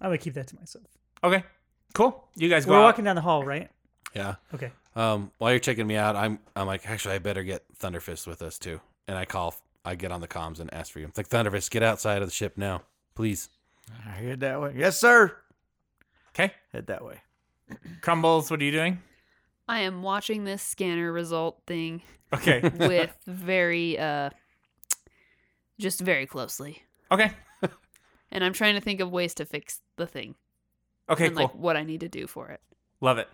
I: I'm gonna keep that to myself.
B: Okay. Cool. You guys go
I: We're
B: out.
I: walking down the hall, right?
G: yeah.
I: Okay.
G: Um, while you're checking me out, I'm. I'm like, actually, I better get Thunderfist with us too. And I call. I get on the comms and ask for you. It's like Thunderfist, get outside of the ship now, please.
C: I head that way. Yes, sir.
B: Okay.
C: Head that way.
B: Crumbles, what are you doing?
E: I am watching this scanner result thing
B: Okay.
E: with very uh just very closely.
B: okay.
E: And I'm trying to think of ways to fix the thing
B: Okay,
E: and
B: cool.
E: like what I need to do for it.
B: Love it.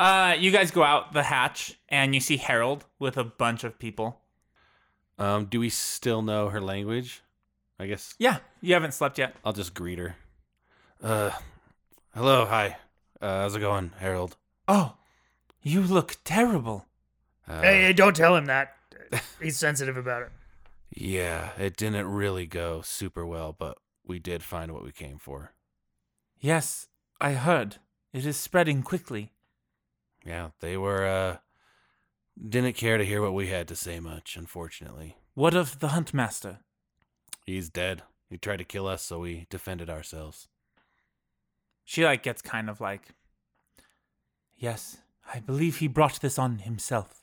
B: Uh, you guys go out the hatch and you see Harold with a bunch of people.
G: Um, do we still know her language? I guess
B: Yeah, you haven't slept yet.
G: I'll just greet her. Uh, hello, hi. Uh, how's it going, Harold?
B: Oh, you look terrible.
G: Uh,
D: hey, hey, don't tell him that. He's sensitive about it.
G: Yeah, it didn't really go super well, but we did find what we came for.
B: Yes, I heard. It is spreading quickly.
G: Yeah, they were uh didn't care to hear what we had to say much, unfortunately.
B: What of the Huntmaster?
G: He's dead. He tried to kill us, so we defended ourselves.
B: She like gets kind of like Yes, I believe he brought this on himself.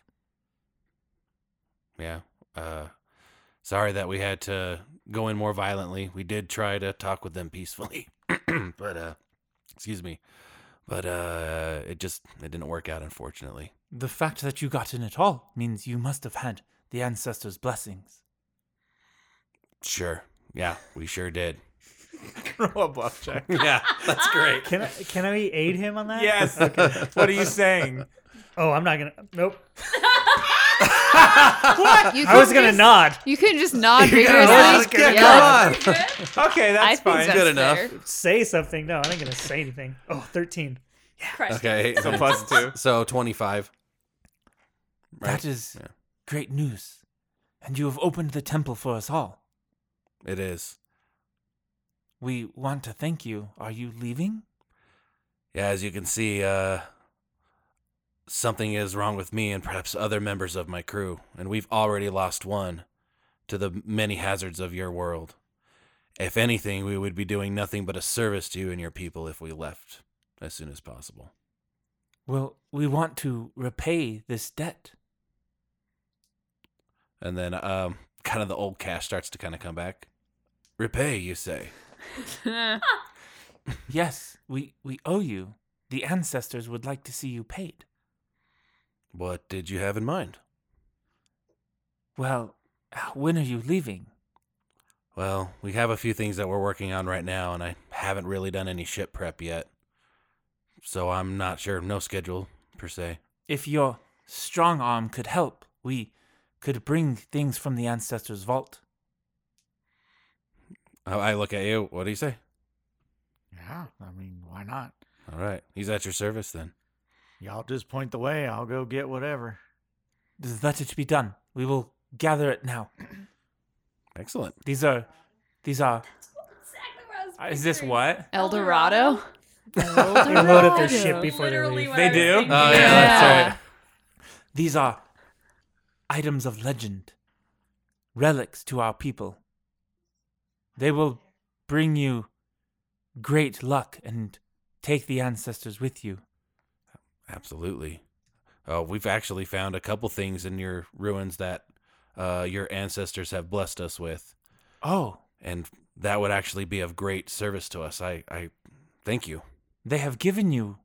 G: Yeah. Uh, sorry that we had to go in more violently. We did try to talk with them peacefully, but uh, excuse me, but uh, it just it didn't work out, unfortunately.
B: The fact that you got in at all means you must have had the ancestors' blessings.
G: Sure. Yeah, we sure did.
I: Roll a bluff check.
G: yeah, that's great.
I: Can I, can I aid him on that?
B: Yes. What are you saying?
D: Oh, I'm not gonna. Nope.
E: You
D: I was
E: couldn't
D: gonna
E: just-
D: nod.
E: You couldn't just nod
G: Oh,
E: vigorously.
G: yeah,
E: Yeah.
G: come on.
B: Okay,
E: I
B: that's
E: think
B: fine.
E: that's
G: Good enough.
E: fair.
D: Say something. No, I'm not gonna say anything. Oh, 13.
F: Crushed
G: Okay,
B: So plus two.
G: so twenty-five.
B: That is
G: Yeah.
B: great news. And you have opened the temple for us all.
G: It is.
B: We want to thank you. Are you leaving?
G: Yeah, as you can see, uh, something is wrong with me and perhaps other members of my crew, and we've already lost one to the many hazards of your world. If anything, we would be doing nothing but a service to you and your people if we left as soon as possible.
B: Well, we want to repay this debt.
G: And then, um, kind of the old cash starts to kind of come back. Repay, you say?
B: Yes, we, we owe you. The ancestors would like to see you paid.
G: What did you have in mind?
B: Well, when are you leaving?
G: Well, we have a few things that we're working on right now, and I haven't really done any ship prep yet. So I'm not sure. No schedule, per se.
B: If your strong arm could help, we could bring things from the ancestors' vault.
G: I Oh, I look at you. What do you say?
C: Yeah, I mean, why not?
G: All right. He's at your service then.
C: Y'all just point the way. I'll go get whatever.
B: Let it be done. We will gather it now.
G: Excellent.
B: These are, these are.
F: Exactly what I was
B: Is this
F: picturing. Oh
B: what?
E: El Dorado.
D: They load up their ship before they
F: Literally
D: leave.
F: what
B: They
F: I was
B: do?
F: thinking.
G: Oh, yeah,
E: Yeah.
G: that's right.
B: These are items of legend, relics to our people. They will bring you great luck and take the ancestors with you.
G: Absolutely. Uh, we've actually found a couple things in your ruins that uh, your ancestors have blessed us with,
B: Oh,
G: and that would actually be of great service to us. I, I thank you.
B: they have given you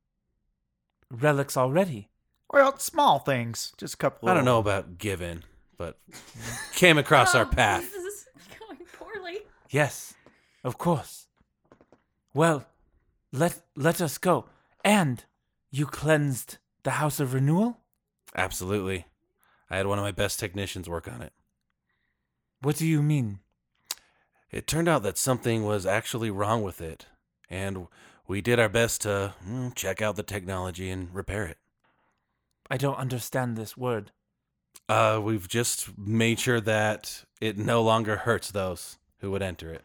B: relics already.
C: Well, small things, just a couple.
G: I don't know
C: little-
G: about given, but came across our
F: Oh,
G: path.
F: This is going poorly.
B: Yes, of course. Well, let let us go. And you cleansed the House of Renewal?
G: Absolutely. I had one of my best technicians work on it.
B: What do you mean?
G: It turned out that something was actually wrong with it, and we did our best to mm, check out the technology and repair it.
B: I don't understand this word.
G: Uh, we've just made sure that it no longer hurts those who would enter it.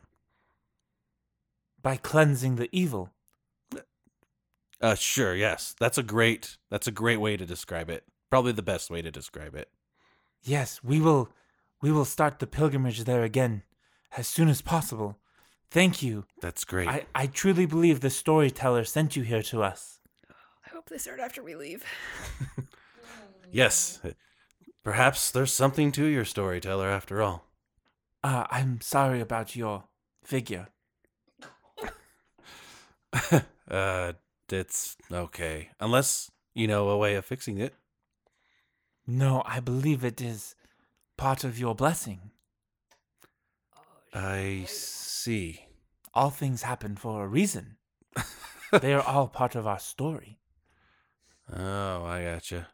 B: By cleansing the evil.
G: Uh, sure, yes, that's a great that's a great way to describe it. Probably the best way to describe it.
B: Yes, we will we will start the pilgrimage there again as soon as possible. Thank you.
G: That's great.
B: I, I truly believe the storyteller sent you here to us.
E: I hope they start after we leave.
G: yes, perhaps there's something to your storyteller after all.
B: Uh, I'm sorry about your figure.
G: Uh, that's okay, unless you know a way of fixing it.
B: No, I believe it is part of your blessing.
G: I see.
B: All things happen for a reason. they are all part of our story.
G: Oh, I gotcha.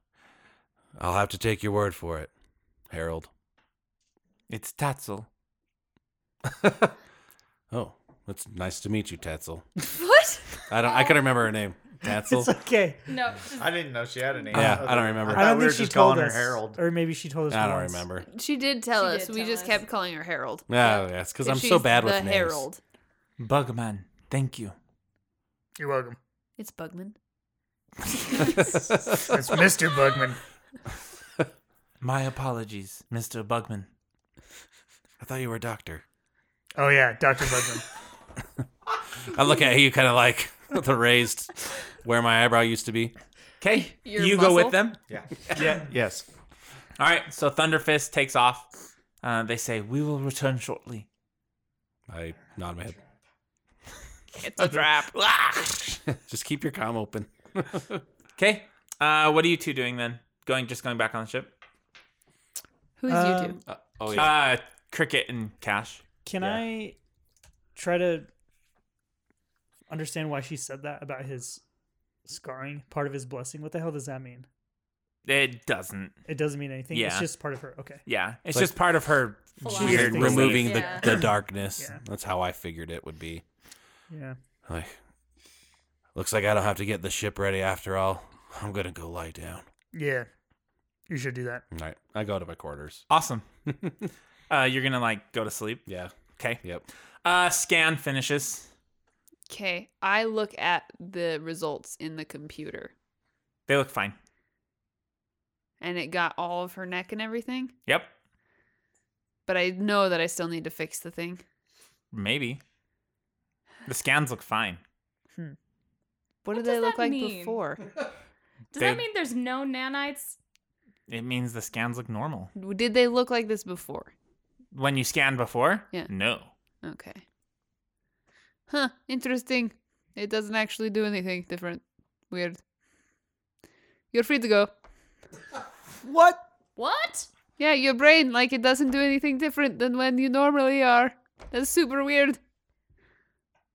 G: I'll have to take your word for it, Harold.
B: It's Tatzel.
G: Oh, it's nice to meet you, Tatzel.
F: What?
G: I don't. I can remember her name. Tatzel.
I: It's okay.
F: No. just-
H: I didn't know she had a name.
G: Yeah, I don't remember.
I: I
H: thought
I: don't
H: we
I: think
H: were
I: she
H: just
I: told
H: calling her
I: us.
H: Harold.
I: Or maybe she told us.
G: I don't
I: once.
G: remember.
E: She did tell
F: She
E: us.
F: did
E: we
F: tell
E: just
F: us.
E: kept calling her Harold.
G: No, yeah, it's because I'm so
E: she's
G: bad with
E: the
G: names.
E: Herald.
B: Bugman, thank you.
D: You're welcome.
E: It's Bugman.
D: That's Mr. Bugman.
B: My apologies, Mr. Bugman.
G: I thought you were a doctor.
D: Oh yeah, Doctor Buzzman.
G: I look at you kind of like the raised where my eyebrow used to be.
B: Okay,
F: Your
B: you go
F: muscle?
B: with them.
H: Yeah. Yes.
B: All right, so Thunderfist takes off. Uh, they say we will return shortly.
G: I nod my head.
B: It's a trap.
G: Just keep your comm open.
B: okay, uh, what are you two doing then? Going, just going back on the ship.
E: Who's you two?
I: Um,
G: Uh, oh
B: Uh,
G: yeah.
B: Cricket and Cash.
I: Can I try to understand why she said that about his scarring part of his blessing? What the hell does that mean?
B: It doesn't.
I: It doesn't mean anything.
B: Yeah.
I: It's just part of her. Okay.
B: Yeah, it's
G: Like-
B: just part of her
F: Philosophy.
G: Weird.
B: belief.
G: Removing
F: Yeah.
G: the, the darkness.
I: Yeah.
G: That's how I figured it would be.
I: Yeah.
G: Like, looks like I don't have to get the ship ready after all. I'm gonna go lie down.
D: yeah, you should do that.
G: All right. I go to my quarters.
B: Awesome. uh, you're gonna like go to sleep.
G: Yeah.
B: Okay.
G: Yep.
B: Uh, scan finishes.
E: Okay, I look at the results in the computer,
B: They look fine.
E: and it got all of her neck and everything.
B: Yep.
E: But I know that I still need to fix the thing.
B: Maybe. The scans look fine.
E: What,
F: What
E: did they
F: does
E: look
F: that
E: like
F: mean?
E: before?
F: Does
B: They-
F: that mean there's no nanites?
B: It means the scans look normal.
E: did they look like this before?
B: When you scanned before?
E: Yeah.
B: No.
E: Okay. Huh, interesting. It doesn't actually do anything different. Weird. You're free to go.
C: What?
F: What?
E: Yeah, your brain, like, it doesn't do anything different than when you normally are. That's super weird.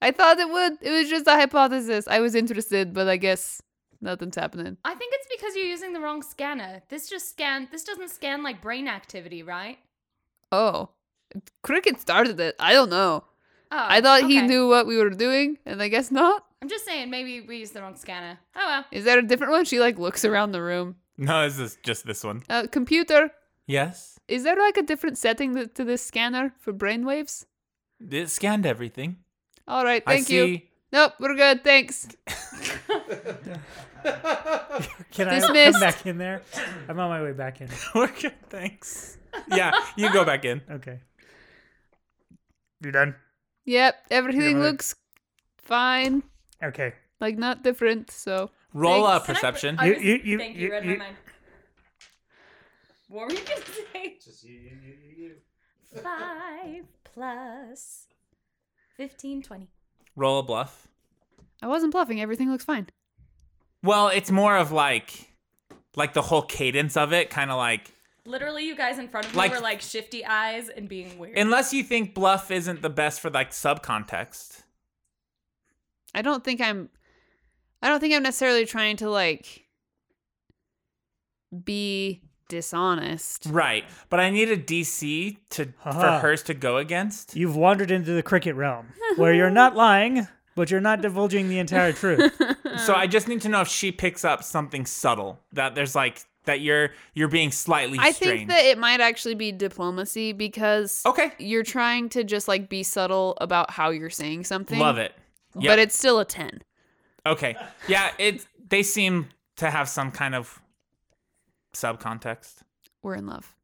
E: I thought it would. It was just a hypothesis. I was interested, but I guess nothing's happening.
F: I think it's because you're using the wrong scanner. This just scan. This doesn't scan like brain activity, right?
E: Oh. Cricket started it. I don't know.
F: Oh,
E: I thought he
F: okay.
E: knew what we were doing, and I guess not.
F: I'm just saying, maybe we used the wrong scanner. Oh well.
E: Is there a different one? She, like, looks around the room.
B: No, this is just this one.
E: Uh, computer,
B: Yes.
E: Is there like a different setting th- to this scanner for brainwaves?
B: It scanned everything.
E: All right,
B: I
E: thank
B: see.
E: you. Nope, we're good. Thanks.
I: Can I come
E: Dismissed.
I: back in there? I'm on my way back in.
B: We're good, thanks. Yeah, you go back in.
I: Okay.
D: You done?
E: Yep, everything
D: mother-
E: looks fine,
D: Okay.
E: like not different. So
B: Roll a
F: Thanks. Can I-
B: perception.
F: I
D: You-
F: was-
D: you- you-
F: thank you,
D: you-
F: read
D: you-
F: my mind. What were you gonna say? Five plus 15, 20.
B: Roll a bluff.
E: I wasn't bluffing. Everything looks fine.
B: Well, it's more of like like the whole cadence of it, kind of like
F: Literally, you guys in front of me
B: Like-
F: were like shifty eyes and being weird.
B: unless you think bluff isn't the best for like subcontext.
E: I don't think I'm. I don't think I'm necessarily trying to like be dishonest.
B: Right. But I need a DC to
I: Haha.
B: for hers to go against.
I: You've wandered into the cricket realm where you're not lying, but you're not divulging the entire truth.
B: So I just need to know if she picks up something subtle that there's like that you're you're being slightly
E: I
B: strange.
E: think that it might actually be diplomacy because
B: Okay.
E: you're trying to just like be subtle about how you're saying something.
B: Love it. Yep.
E: But it's still a ten.
B: Okay. Yeah, it they seem to have some kind of subcontext.
E: we're in love.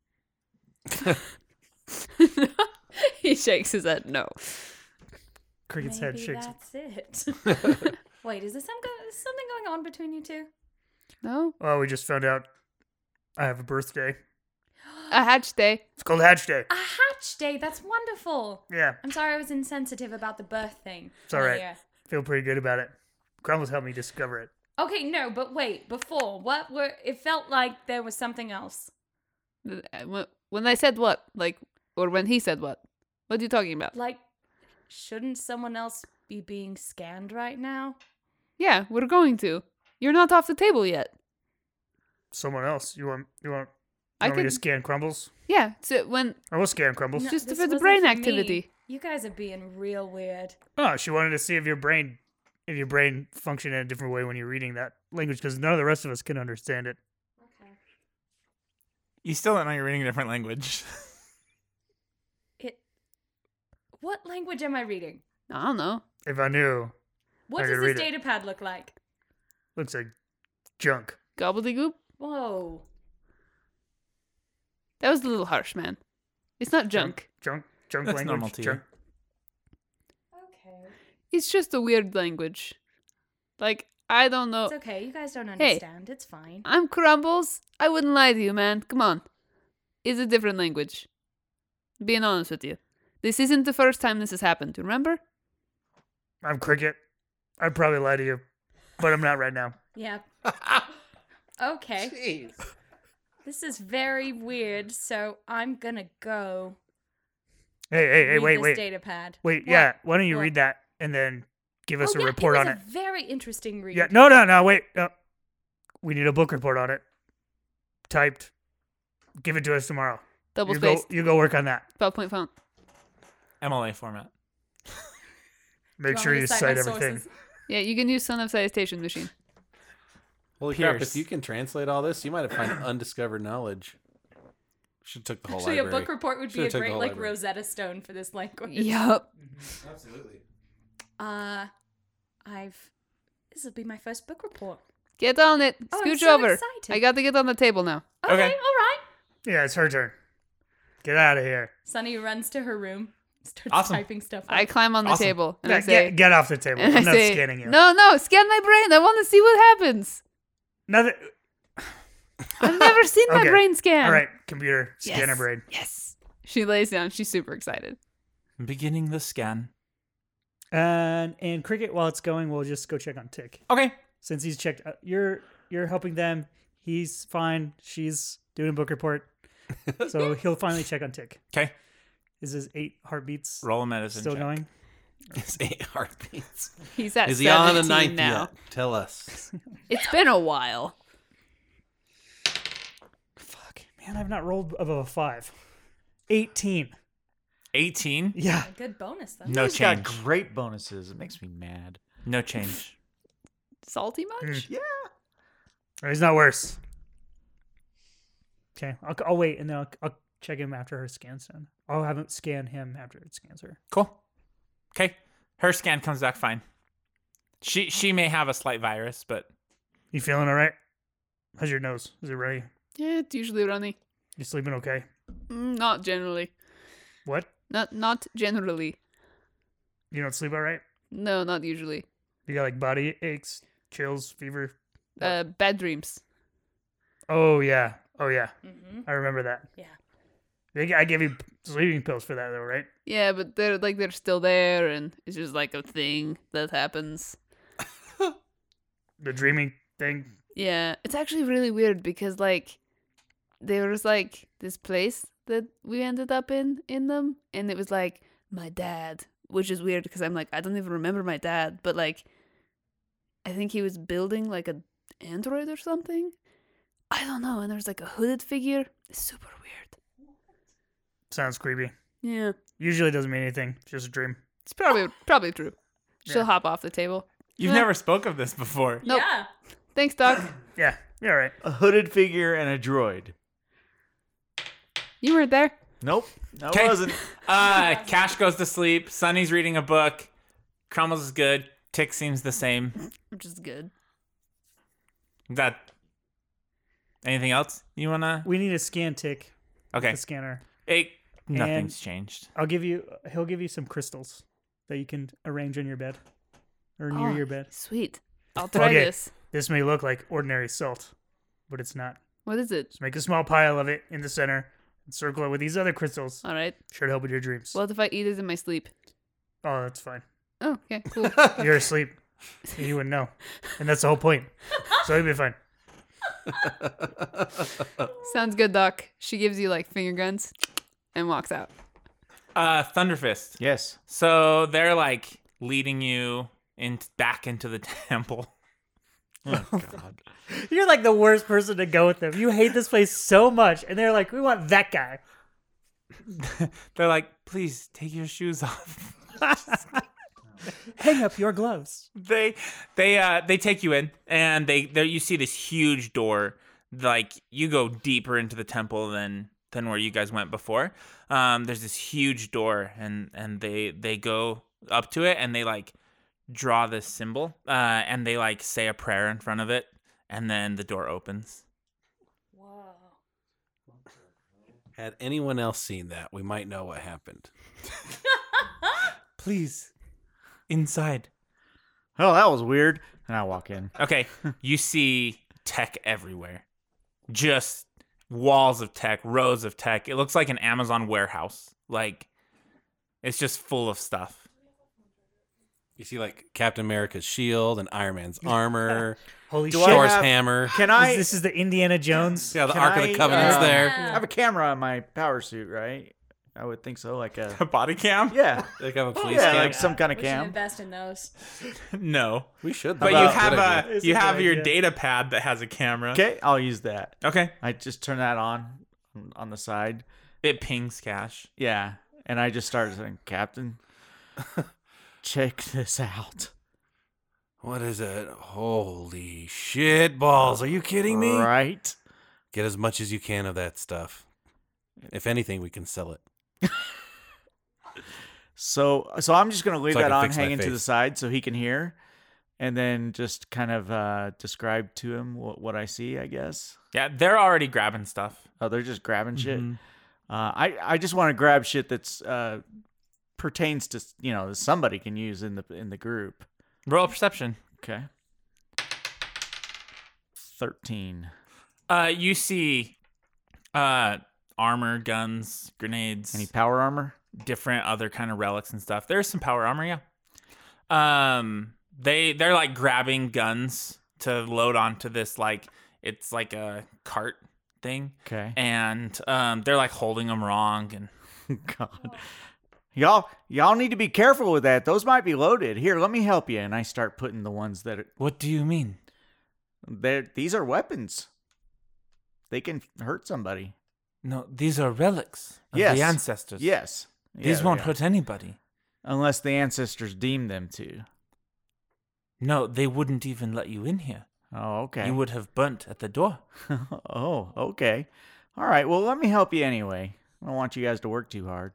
E: he shakes his head. No.
I: Cricket's head
F: Maybe
I: shakes.
F: that's it. Wait, is there some go- is something going on between you two?
E: No.
D: Well, we just found out I have a birthday.
E: A hatch day.
D: It's called Hatch Day.
F: A hatch day. That's wonderful.
D: Yeah,
F: I'm sorry I was insensitive about the birth thing.
D: It's all right.
F: earlier.
D: feel pretty good about it. Crumbles helped me discover it.
F: Okay, no, but wait. Before, what were it felt like there was something else.
E: uh, When I said what, like, or when he said what, what are you talking about?
F: Like, shouldn't someone else be being scanned right now?
E: Yeah, we're going to. You're not off the table yet.
D: Someone else. You want? You want? You
E: I
D: want me
E: could-
D: to scan Crumbles?
E: Yeah. So when
D: I will scan Crumbles.
E: No. Just
F: this
E: for the
F: wasn't
E: brain
F: for me.
E: activity.
F: You guys are being real weird.
D: Oh, she wanted to see if your brain, if your brain functioned in a different way when you're reading that language, because none of the rest of us can understand it.
B: You still don't know you're reading a different language.
F: It. What language am I reading?
E: I don't know.
D: If I knew,
F: What
D: I
F: does
D: can
F: this
D: read
F: data pad look like?
D: looks like junk.
E: Gobbledygook.
F: Whoa.
E: That was a little harsh, man. It's not junk.
D: Junk, junk
B: That's
D: language.
B: normal to you.
D: junk.
E: It's just a weird language. Like, I don't know.
F: It's okay. You guys don't
E: Oh. Hey.
F: understand. It's fine.
E: I'm Crumbles. I wouldn't lie to you, man. Come on. It's a different language. Being honest with you. This isn't the first time this has happened, you remember?
D: I'm cricket. I'd probably lie to you, but I'm not right now.
F: Yeah. okay.
A: Jeez.
F: This is very weird, so I'm gonna go.
D: Hey, hey, hey,
F: read
D: wait,
F: this
D: wait,
F: Data pad.
D: wait.
F: What?
D: Yeah, why don't you
F: What?
D: read that and then give us
F: oh,
D: a
F: yeah,
D: report
F: it
D: on
F: was
D: it?
F: A very interesting read.
D: Yeah, no, no, no. Wait, no. We need a book report on it. Typed. Give it to us tomorrow.
E: Double
D: you go,
E: spaced,
D: you go work on that.
E: 12 point font.
B: MLA format.
D: Make
F: want
D: sure
F: me to
D: you
F: cite my
D: cite everything.
F: sources?
E: Yeah, you can use Son of Citation Machine.
G: Holy crap!
B: Pierce.
G: If you can translate all this, you might have found undiscovered knowledge. Should took the whole
F: Actually,
G: library.
F: a book report would be
G: Should've
F: a
G: took the
F: great
G: whole
F: like
G: library.
F: Rosetta Stone for this language.
E: Yup.
G: Absolutely.
F: Uh, I've. This will be my first book report.
E: Get on it.
F: Oh, I'm
E: Scooch
F: so
E: over.
F: excited.
E: I got to get on the table now.
F: Okay,
B: Okay.
F: all right.
D: Yeah, it's her turn. Get out of here.
F: Sunny runs to her room, starts
B: Awesome.
F: typing stuff.
E: I
F: up.
E: climb on the
B: Awesome.
E: table and
D: Yeah,
E: I say,
D: get, get off the table.
E: and
D: I'm
E: I
D: not
E: say,
D: scanning you.
E: No, no, scan my brain. I want to see what happens.
D: Nothing.
E: I've never seen my
D: Okay.
E: brain scan.
D: All right, computer,
E: Yes.
D: scanner brain.
E: Yes. She lays down. She's super excited.
B: Beginning the scan.
I: And and cricket, while it's going, we'll just go check on Tick
B: Okay.
I: since he's checked. Uh, you're you're helping them. He's fine. She's doing a book report, so he'll finally check on Tick.
B: Okay.
I: Is his eight heartbeats
B: Roll a medicine.
I: still
B: check.
I: going?
G: It's eight heartbeats.
E: He's at
G: Is he
E: 17
G: on the ninth
E: now.
G: yet? Tell us.
E: It's been a while.
I: Fuck, man, I've not rolled above a five. Eighteen.
B: 18.
I: Yeah.
F: A good bonus though.
B: No
C: He's
B: change.
C: got great bonuses. It makes me mad.
B: No change.
E: Salty much?
D: Mm. And He's not worse.
I: Okay. I'll, I'll wait and then I'll, I'll check him after her scans him. I'll have not scan him after it scans her.
B: Cool. Okay. Her scan comes back fine. She she may have a slight virus, but
D: You feeling all right? How's your nose? Is it ready?
E: Yeah, it's usually runny.
D: You sleeping okay?
E: Mm, Not generally.
D: What?
E: Not not generally.
D: You don't sleep all right?
E: No, not usually.
D: You got like body aches, chills, fever?
E: Uh, bad dreams.
D: Oh, yeah. Oh, yeah.
F: Mm-hmm.
D: I remember that.
F: Yeah.
D: They- I gave you p- sleeping pills for that, though, right?
E: Yeah, but they're like they're still there, and it's just like a thing that happens.
D: The dreaming thing?
E: Yeah, it's actually really weird because like there was like this place that we ended up in in them, and it was like my dad, which is weird because I'm like I don't even remember my dad, but like I think he was building like a android or something. I don't know, and there's like a hooded figure. It's super weird.
D: Sounds creepy.
E: Yeah,
D: Usually doesn't mean anything. It's just a dream.
E: it's probably probably true. She'll
D: Yeah.
E: hop off the table.
B: you've
E: Yeah.
B: never spoke of this before.
E: Nope.
F: Yeah.
E: Thanks, Doc.
D: Yeah. You're all right.
C: A hooded figure and a droid.
E: You weren't there.
C: Nope. No,
B: Okay.
C: it wasn't.
B: Uh, Cash goes to sleep. Sunny's reading a book. Crumbles is good. Tick seems the same.
E: Which is good.
B: That. Anything else you wanna?
I: We need a scan tick.
B: Okay.
I: The scanner.
B: Hey, nothing's
I: And-
B: changed.
I: I'll give you. He'll give you some crystals that you can arrange on your bed or near
E: Oh,
I: your bed.
E: Sweet. I'll try
D: Okay.
E: this.
D: This may look like ordinary salt, but it's not.
E: What is it?
D: Just make a small pile of it in the center and circle it with these other crystals.
I: Uh,
E: All right.
D: Should help with your dreams.
E: What if I eat it in my sleep?
D: Oh, that's fine.
E: Oh, okay, cool.
D: You're asleep. and you wouldn't know. And that's the whole point. So you'll be fine.
E: Sounds good, Doc. She gives you like finger guns and walks out.
B: Uh, Thunderfist.
C: Yes.
B: So they're like leading you in back into the temple.
I: You're like the worst person to go with them. You hate this place so much, and they're like, "We want that guy."
B: They're like, please take your shoes off.
I: Hang up your gloves.
B: they they uh they take you in and they there you see this huge door like you go deeper into the temple than than where you guys went before um there's this huge door and and they they go up to it and they like draw this symbol uh and they like say a prayer in front of it and then the door opens
F: Whoa.
G: Had anyone else seen that, we might know what happened.
B: Please. Inside.
C: Oh, that was weird. And I walk in.
B: Okay. you see tech everywhere. Just walls of tech, rows of tech. It looks like an Amazon warehouse. Like it's just full of stuff.
G: You see, like Captain America's shield and Iron Man's armor,
I: Holy
C: Do
I: shit!
C: I
G: Thor's
C: have-
G: hammer.
C: Can I?
I: this is the Indiana Jones.
G: Yeah, the
C: Can
G: Ark of the
C: I,
G: Covenant's
C: uh,
G: there.
C: I have a camera on my power suit, right? I would think so. Like a
B: A body cam?
C: yeah,
G: Like have a police
C: Oh, yeah,
G: cam.
C: like some kind of
F: We should
C: cam.
F: invest in those.
B: No.
G: we should.
B: But
G: though.
B: you
C: about-
G: Good idea.
B: have a
I: It's
B: you
I: a good
B: have your
I: idea.
B: data pad that has a camera.
C: Okay, I'll use that.
B: Okay.
C: I just turn that on on the side.
B: It pings cash.
C: Yeah, and I just start saying, Captain, check this out.
G: What is it? Holy shit balls. Are you kidding me?
C: Right?
G: Get as much as you can of that stuff. If anything, we can sell it.
C: So, so I'm just gonna leave
G: So I
C: that
G: can
C: on
G: fix my
C: hanging to the
G: face.
C: side so he can hear, and then just kind of uh, describe to him what, what I see. I guess.
B: Yeah, they're already grabbing stuff.
C: Oh, they're just grabbing shit.
B: Mm-hmm.
C: Uh, I I just want to grab shit that's uh, pertains to you know that somebody can use in the in the group.
B: Roll perception.
C: Okay. Thirteen.
B: Uh, you see, uh, armor, guns, grenades,
C: Any power armor?
B: different other kind of relics and stuff. There's some power armor, yeah. Um, they they're like grabbing guns to load onto this like it's like a cart thing,
C: Okay.
B: and um, they're like holding them wrong and
C: God. Y'all y'all need to be careful with that. Those might be loaded. Here, let me help you. And I start putting the ones that are
B: what do you mean?
C: there these are weapons. They can hurt somebody.
B: No, these are relics of
C: Yes.
B: the ancestors.
C: Yes.
B: these
C: Yeah,
B: won't
C: yeah.
B: hurt anybody.
C: unless the ancestors deem them to.
B: No, they wouldn't even let you in here.
C: Oh, okay.
B: You would have burnt at the door.
C: oh, okay. All right. Well, let me help you anyway. I don't want you guys to work too hard.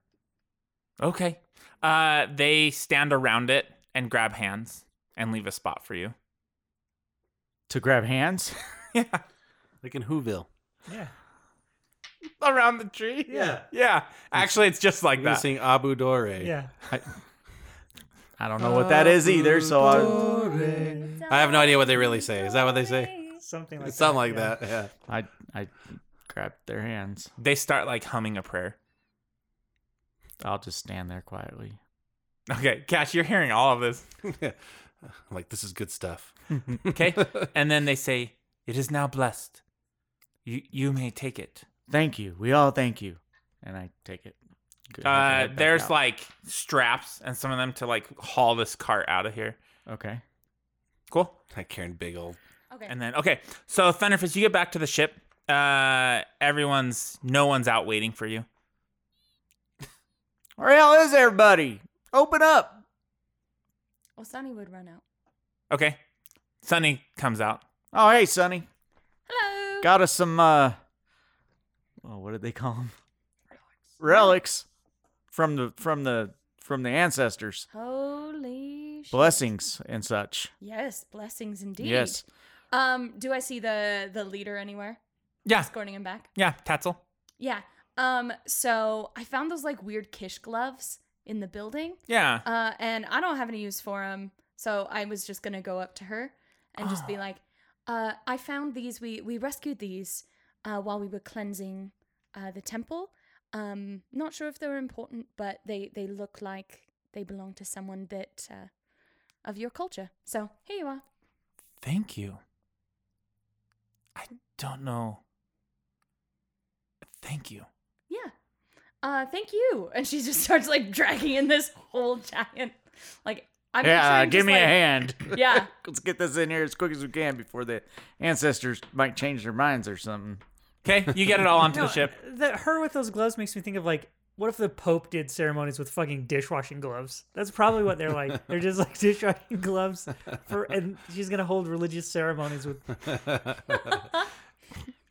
B: Okay. Uh, they stand around it and grab hands and leave a spot for you.
C: To grab hands?
B: Yeah.
G: Like in Whoville.
B: Around the tree.
G: Yeah.
B: Yeah. Actually, it's just like
G: You're
B: that.
G: missing Abu Dore.
I: Yeah.
C: I don't know what that is either, so I
G: I have no idea what they really say. Is that what they say?
I: Something like
G: It's something like
I: yeah.
G: that. Yeah.
C: I I grabbed their hands.
B: They start like humming a prayer.
C: I'll just stand there quietly.
B: Okay, Cash, you're hearing all of this.
G: I'm like, this is good stuff.
B: Okay. and then they say, It is now blessed. You you may take it.
C: Thank you. We all thank you. And I take it. Good, I
B: Uh
C: head back
B: there's
C: out.
B: like straps and some of them to like haul this cart out of here.
C: Okay.
B: Cool.
G: Like Karen Big Old.
F: Okay.
B: And then okay, so Thunderfist, you get back to the ship. Uh, everyone's no one's out waiting for you.
C: Where the hell is everybody? Open up.
F: well, Sunny would run out.
B: Okay, Sunny comes out.
C: Oh hey Sonny.
F: Hello.
C: Got us some uh oh, what did they call them? Relics. From the from the from the ancestors.
F: Holy shit.
C: Blessings and such.
F: Yes, blessings indeed.
C: Yes.
F: Um, do I see the the leader anywhere?
B: Yeah,
F: Escorting him back.
B: yeah, Tatzel.
F: Yeah. Um, so I found those like weird kish gloves in the building.
B: Yeah,
F: Uh, and I don't have any use for them, so I was just gonna go up to her and just
C: Ah.
F: be like, uh, "I found these. We we rescued these uh, while we were cleansing uh, the temple. Um, not sure if they were important, but they they look like they belong to someone that uh, of your culture. So here you are.
B: thank you. I don't know. Thank you.
F: Yeah. Uh, thank you." And she just starts like dragging in this whole giant, like I'm
C: yeah,
F: picturing
C: give
F: just,
C: me a
F: like-
C: hand.
F: Yeah.
C: Let's get this in here as quick as we can before the ancestors might change their minds or something.
B: Okay, you get it all onto
I: No,
B: the ship.
I: That her with those gloves makes me think of like, what if the Pope did ceremonies with fucking dishwashing gloves? That's probably what they're like. they're just like dishwashing gloves for, and she's gonna hold religious ceremonies with.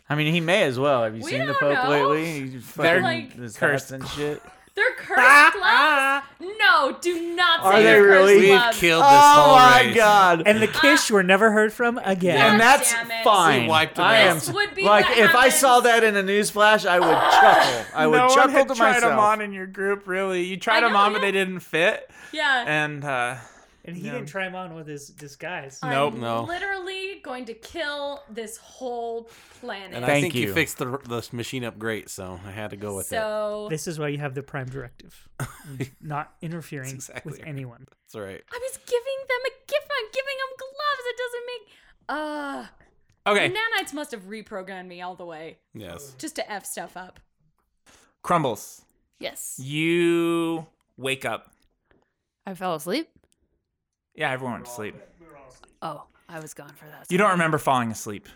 C: I mean, he may as well. Have you
F: We
C: seen the
F: don't
C: Pope
F: know.
C: lately? He's
B: They're
C: fucking
F: like-
C: his hats
B: cursed.
C: and shit.
F: They're cursed
I: Ah!
F: gloves? No, do not say
C: Are they
F: they're
C: really?
F: cursed
C: We've
G: We've
F: gloves.
G: killed this
C: Oh
G: whole
C: my
G: race.
C: god.
I: And the Kish were never heard from again.
F: God
C: and that's
F: damn it.
C: fine.
G: He wiped them
C: I am
G: out.
F: This would be
C: like
F: what
C: if I
F: happens.
C: saw that in a news flash, I would chuckle. I would
B: no
C: chuckle
B: one had
C: to
B: tried
C: myself.
B: them on in your group, really. You tried
F: I
B: them
F: know,
B: on, but
F: yeah.
B: they didn't fit.
F: Yeah.
B: And uh,
I: And he didn't try him on with his disguise.
G: Nope,
F: I'm
G: no.
F: Literally going to kill this whole planet.
G: And I
C: Thank
G: think you.
C: you.
G: fixed the, the machine up great, so I had to go with it.
F: so
I: This is why you have the prime directive. Not interfering
G: That's exactly
I: with
G: right.
I: anyone.
G: That's right.
F: I was giving them a gift. I'm giving them gloves. It doesn't
B: okay,
F: make. Uh, nanites must have reprogrammed me all the way
G: Yes.
F: just to f stuff up.
B: crumbles.
E: Yes.
B: You wake up.
E: I fell asleep.
B: Yeah, everyone went to sleep.
E: Oh, I was gone for that.
B: You don't remember falling asleep.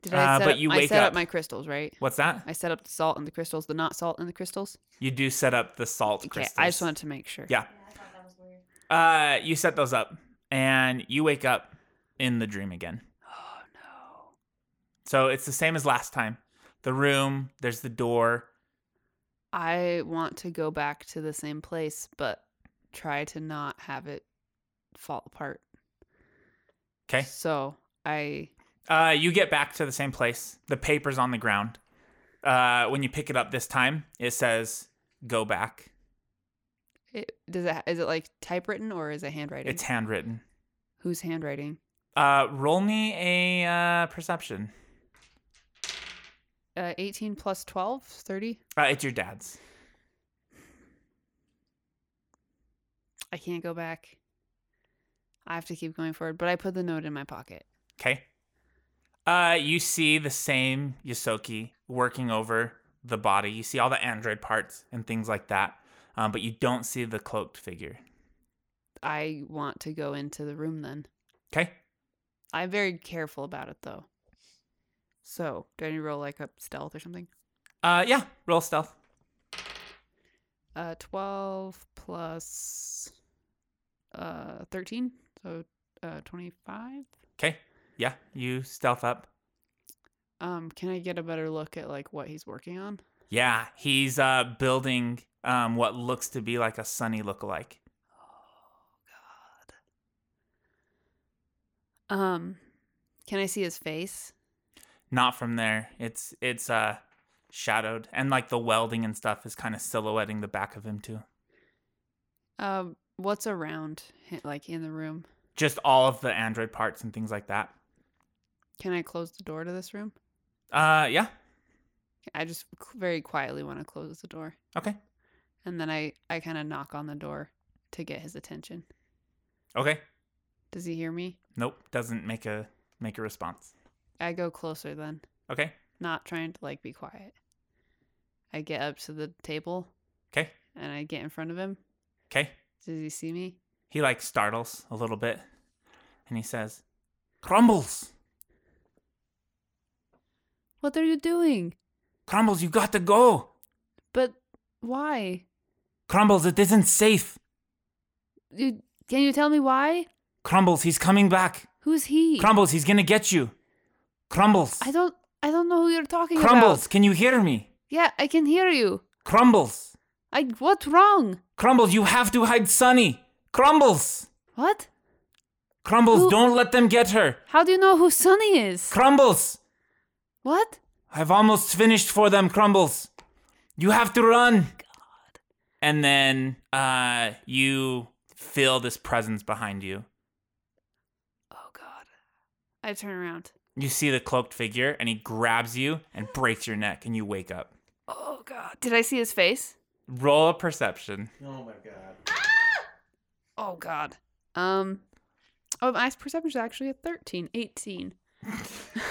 E: Did I
B: uh,
E: set
B: but
E: up,
B: you
E: I
B: wake
E: set up.
B: up.
E: my crystals, right?
B: What's that?
E: I set up the salt and the crystals, the not salt and the crystals.
B: You do set up the salt
E: Okay,
B: crystals.
E: I just wanted to make sure.
B: Yeah. Uh, you set those up, and you wake up in the dream again. Oh no! So it's the same as last time. The room. There's the door.
E: I want to go back to the same place, but try to not have it fall apart.
B: Okay.
E: So I
B: Uh, you get back to the same place. The paper's on the ground. Uh, when you pick it up this time, it says "Go back."
E: it, does it is it like typewritten or is it handwriting?
B: It's handwritten.
E: Who's handwriting?
B: Uh, roll me a uh, perception.
E: Uh, 18 plus 12, 30.
B: Uh, it's your dad's.
E: I can't go back. I have to keep going forward, but I put the note in my pocket.
B: Okay. Uh, you see the same Yosoki working over the body. You see all the android parts and things like that, um, but you don't see the cloaked figure.
E: I want to go into the room then.
B: Okay.
E: I'm very careful about it though. So, do I need to roll like a stealth or something?
B: Uh, yeah. Roll stealth.
E: Uh, 12 plus uh 13, so uh 25.
B: Okay. Yeah. You stealth up.
E: Um, can I get a better look at like what he's working on?
B: Yeah. He's uh building um what looks to be like a sunny lookalike.
E: Um, can I see his face?
B: Not from there. It's it's uh shadowed and like the welding and stuff is kind of silhouetting the back of him too.
E: Um, what's around hi- like in the room?
B: Just all of the android parts and things like that.
E: Can I close the door to this room?
B: Uh, yeah.
E: I just c- very quietly want to close the door.
B: Okay.
E: And then I, I kind of knock on the door to get his attention.
B: Okay.
E: Does he hear me?
B: Nope, doesn't make a make a response.
E: I go closer then,
B: Okay.
E: not trying to like be quiet. I get up to the table
B: Okay.
E: and I get in front of him.
B: Okay.
E: Does he see me?
B: He like startles a little bit and he says, "Crumbles.
E: What are you doing?
B: Crumbles, you got to go.
E: But why?
B: Crumbles, it isn't safe.
E: You, can you tell me why?
B: Crumbles, he's coming back.
E: Who's he?
B: Crumbles, he's going to get you. Crumbles.
E: I don't I don't know who you're talking
B: Crumbles,
E: about.
B: can you hear me?
E: Yeah, I can hear you.
B: Crumbles.
E: I what's wrong?
B: Crumbles, you have to hide Sunny. Crumbles.
E: What?
B: Crumbles,
E: Who-
B: don't let them get her.
E: How do you know who Sonny is?
B: Crumbles.
E: What?
B: I've almost finished for them, Crumbles. You have to
E: Oh
B: run. God. And then uh, you feel this presence behind you.
E: Oh god. I turn around.
B: You see the cloaked figure, and he grabs you and breaks your neck, and you wake up.
E: Oh god. Did I see his face?
B: Roll a perception.
E: Oh god. Um Oh, my perception is actually a 13, 18.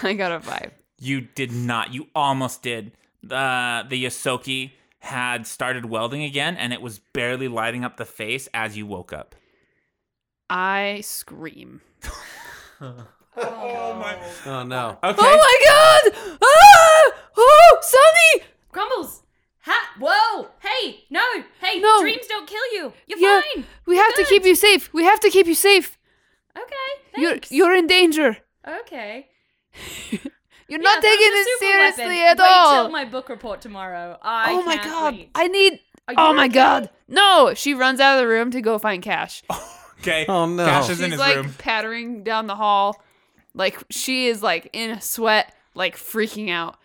E: I got a 5.
B: You did not. You almost did. Uh, the Yosoki had started welding again, and it was barely lighting up the face as you woke up.
E: I scream.
G: Oh no.
B: Okay.
E: Oh my god! Ah! Oh, Sonny!
F: Crumbles. Ha! Whoa! Hey! No! Hey!
E: No.
F: Dreams don't kill you. You're
E: Yeah.
F: fine.
E: We
F: You're
E: have to
F: good.
E: keep you safe. We have to keep you safe.
F: Okay.
E: You're
F: Thanks.
E: you're in danger.
F: okay.
E: You're
F: Yeah,
E: not
F: throw
E: taking
F: the
E: this
F: super weapon.
E: seriously at
F: Wait
E: all.
F: till my book report tomorrow. I
E: oh my
F: can't
E: god.
F: wait.
E: I need
F: Are
E: Oh
F: you
E: my
F: okay?"
E: god. No, she runs out of the room to go find Cash.
B: Okay.
H: Oh, no.
B: Cash is
E: She's
B: in his
E: like
B: room.
E: pattering down the hall. Like she is like in a sweat, like freaking out.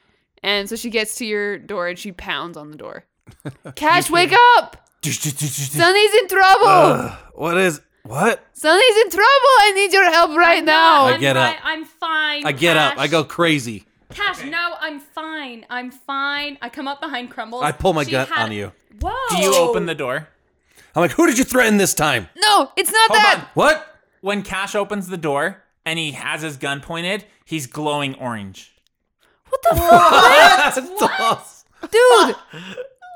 E: And so she gets to your door and she pounds on the door. Cash, wake up! Sonny's in trouble!
G: Ugh, what is what?
E: Sonny's in trouble! I need your help right
F: I'm
E: now!
F: not-
G: I get
F: I'm
G: up.
F: fi- I'm fine.
G: I get up. I
F: Cash.
G: go crazy.
F: Cash, no, I'm fine. I'm fine. I come up behind Crumbles.
G: I pull my
F: She
G: gun
F: had-
G: on you.
F: Whoa.
B: Do you open the door?
G: I'm like, who did you threaten this time?
E: no, it's not
B: Hold
E: that!
B: on.
G: What?
B: When Cash opens the door and he has his gun pointed, he's glowing orange.
E: What the fuck?
G: What?
E: Dude!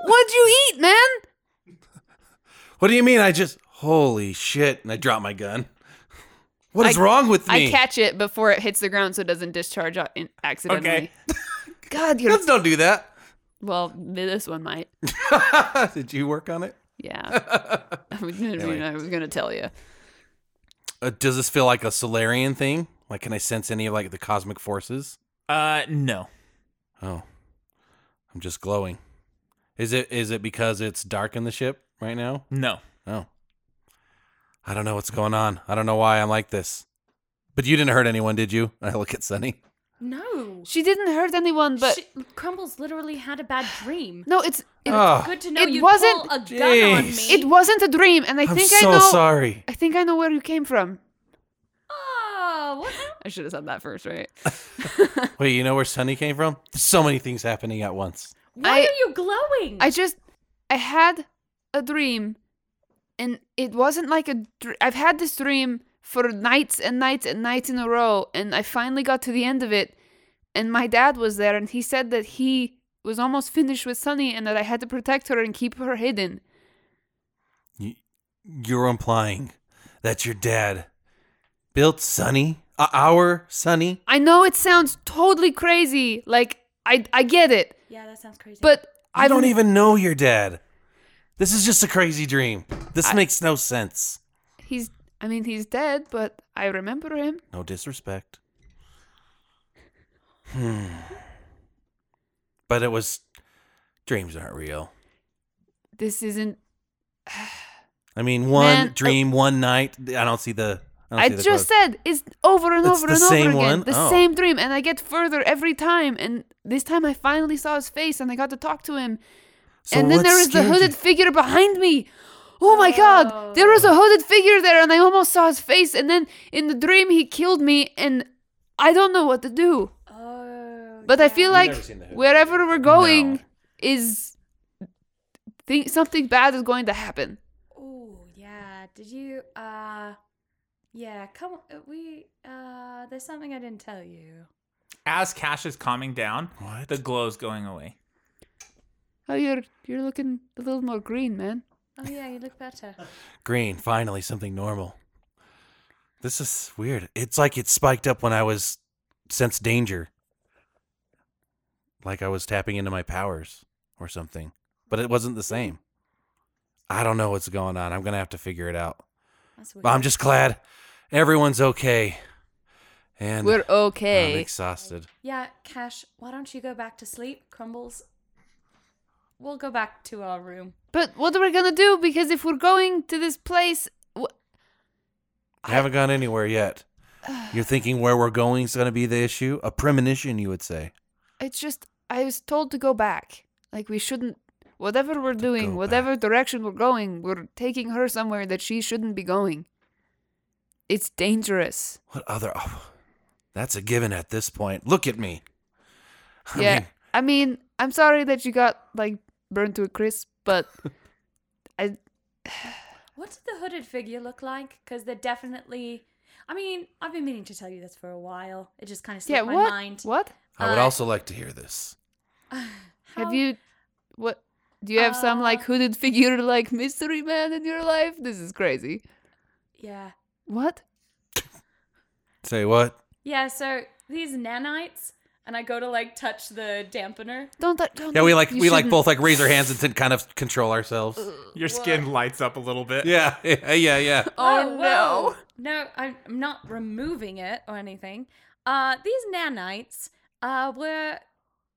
E: What'd you eat, man?
G: What do you mean? I just holy shit! And I drop my gun. What is wrong with me?
E: I catch it before it hits the ground so it doesn't discharge out in- accidentally.
B: Okay.
E: God, you're.
G: Guns don't do that.
E: Well, this one might.
G: did you work on it?
E: Yeah. I was gonna,
G: Anyway.
E: I was gonna tell you.
G: Uh, does this feel like a Solarian thing? Like, can I sense any of like the cosmic forces?
B: Uh, no.
G: Oh, I'm just glowing. Is it is it because it's dark in the ship right now?
B: No.
G: Oh, I don't know what's going on. I don't know why I'm like this. But you didn't hurt anyone, did you? I look at Sunny.
F: No.
E: She didn't hurt anyone, but
F: She- Crumbles literally had a bad dream.
E: no, it's it,
G: Oh,
F: Good to know
E: It
F: you
E: wasn't-
F: pull a gun on
G: Jeez.
F: me.
E: it wasn't a dream, and I
G: I'm
E: think
G: so
E: I know.
G: sorry.
E: I think I know where you came from.
F: Oh, what happened?
E: I should have said that first, right?
G: Wait, you know where Sunny came from? There's so many things happening at once.
F: Why
E: I-
F: are you glowing?
E: I just I had a dream, and it wasn't like a. Dr- I've had this dream for nights and nights and nights in a row, and I finally got to the end of it, and my dad was there, and he said that he was almost finished with Sunny, and that I had to protect her and keep her hidden.
G: You, you're implying that your dad built Sunny, uh, our Sunny.
E: I know it sounds totally crazy. Like I I get it,
F: yeah, that sounds crazy.
E: but
G: I
E: I've-
G: don't even know your dad. This is just a crazy dream. This makes no sense.
E: He's I mean he's dead, but I remember him.
G: No disrespect. Hmm. But it was dreams aren't real.
E: This isn't.
G: I mean, one
E: Man,
G: dream, one night. I don't see the. I, don't
E: I
G: see the
E: just
G: growth.
E: said it's over and
G: It's
E: over
G: the
E: and over
G: same
E: again.
G: one?
E: The
G: Oh.
E: same dream, and I get further every time. And this time I finally saw his face, and I got to talk to him.
G: So
E: and then
G: what
E: there was the
G: scared you?
E: hooded figure behind me. Oh my god, there was a hooded figure there, and I almost saw his face. And then in the dream he killed me, and I don't know what to do.
F: oh,
E: But I feel
G: We've
E: like
G: never seen the Hood.
E: wherever we're going
G: No.
E: is think something bad is going to happen.
F: Oh yeah. Did you? Uh, yeah. Come. uh, We. Uh, there's something I didn't tell you.
B: As Cash is calming down,
G: What?
B: the glow's going away.
E: Oh, you're you're looking a little more green, man.
F: Oh yeah, you look better.
G: green. Finally, something normal. This is weird. It's like it spiked up when I was sense danger. Like I was tapping into my powers or something, but it wasn't the same. I don't know what's going on. I'm gonna have to figure it out.
F: That's
G: But I'm just glad everyone's okay, and
E: We're
G: I'm
E: okay.
G: exhausted.
F: Yeah, Cash. Why don't you go back to sleep, Crumbles? We'll go back to our room.
E: but what are we gonna do? Because if we're going to this place, wh-
G: I haven't gone anywhere yet. You're thinking where we're going is gonna be the issue? A premonition, you would say.
E: it's just I was told to go back. Like we shouldn't. Whatever we're doing,
G: go
E: whatever direction we're going, we're taking her somewhere that she shouldn't be going. It's dangerous.
G: What other? Oh, that's a given at this point. Look at me. I
E: yeah.
G: mean,
E: I mean, I'm sorry that you got like burned to a crisp, but I
F: What did the hooded figure look like? Because they're definitely. I mean, I've been meaning to tell you this for a while. It just kind of slipped
E: yeah.
F: my
E: What?
F: mind.
E: What?
G: I would
F: Uh,
G: also like to hear this.
F: How-
E: Have you? What? Do you have some like
F: Uh,
E: hooded figure like mystery man in your life? This is crazy.
F: Yeah.
E: What?
G: Say what?
F: Yeah. So these nanites, and I go to like touch the dampener.
E: Don't that? Don't
G: Yeah, we like
E: you
G: we like
E: shouldn't-
G: both like raise our hands and then kind of control ourselves.
B: Your skin lights up a little bit.
G: Yeah, yeah, yeah, yeah.
E: Oh, no!
F: whoa. No, I'm I'm not removing it or anything. Uh, these nanites uh, were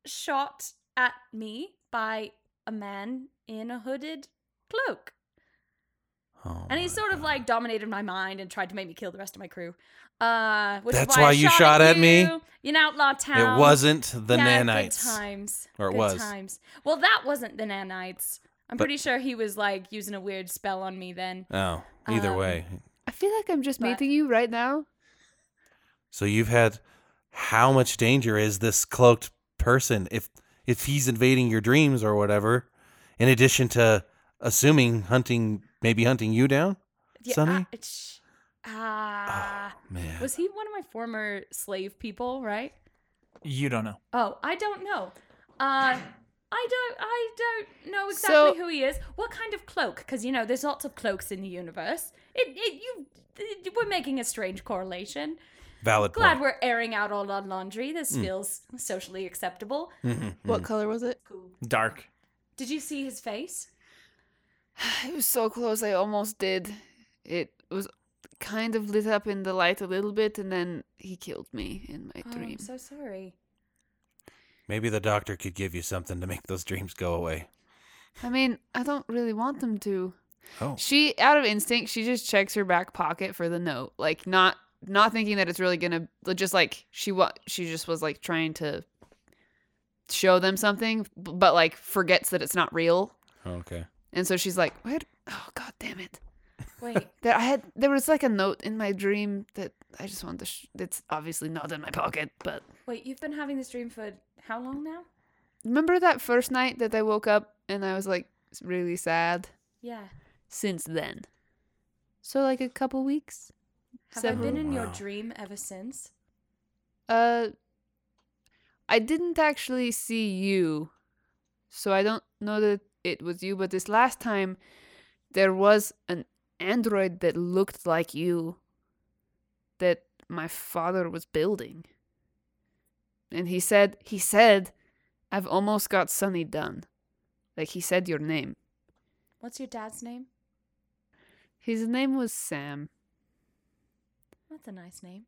F: shot at me by a man in a hooded cloak.
G: Oh
F: And he
G: my
F: sort of
G: God.
F: like dominated my mind and tried to make me kill the rest of my crew. Uh, which is
G: That's
F: why,
G: why
F: I
G: you shot
F: shot
G: at me?
F: you in outlaw town.
G: It wasn't the
F: yeah, Good
G: nanites.
F: times.
G: Or it
F: good
G: was.
F: Times. Well, that wasn't the nanites. I'm
G: But-
F: pretty sure he was like using a weird spell on me then.
G: Oh, either
F: Um,
G: way.
E: I feel like I'm just
F: But-
E: meeting you right now.
G: So you've had how much danger is this cloaked person if if he's invading your dreams or whatever? In addition to assuming hunting, maybe hunting you down. Sonny?
F: I- sh- Ah.
G: oh man,
F: was he one of my former slave people, right?
B: You don't know.
F: Oh, I don't know. Uh I don't I don't know exactly
E: So-
F: who he is. What kind of cloak? Cuz you know there's lots of cloaks in the universe. It, it you it- we're making a strange correlation.
G: valid
F: Glad
G: point.
F: we're airing out all our laundry. This
G: Hmm.
F: feels socially acceptable.
G: Mm-hmm,
E: What color was it?
B: Dark.
F: Did you see his face?
E: It was so close, I almost did. It was kind of lit up in the light a little bit, and then he killed me in my
F: Oh,
E: dream.
F: I'm so sorry.
G: Maybe the doctor could give you something to make those dreams go away.
E: I mean, I don't really want them to.
G: Oh,
E: She, out of instinct, she just checks her back pocket for the note, like not not thinking that it's really gonna. Just like she wa- she just was like trying to show them something, b- but like forgets that it's not real,
G: okay.
E: and so she's like, "Wait, oh god damn it."
F: Wait.
E: There, I had there was like a note in my dream that I just wanted to. Sh- it's obviously not in my pocket, but
F: wait, you've been having this dream for how long now?
E: remember that first night that I woke up and I was like really sad.
F: Yeah.
E: Since then, so like a couple weeks.
F: Have I
E: Several-
F: been in your
G: Wow.
F: dream ever since?
E: Uh, I didn't actually see you, so I don't know that it was you. But this last time, there was an android that looked like you. That my father was building. And he said, he said, I've almost got Sonny done. Like he said your name.
F: What's your dad's name?
E: His name was Sam.
F: That's a nice name.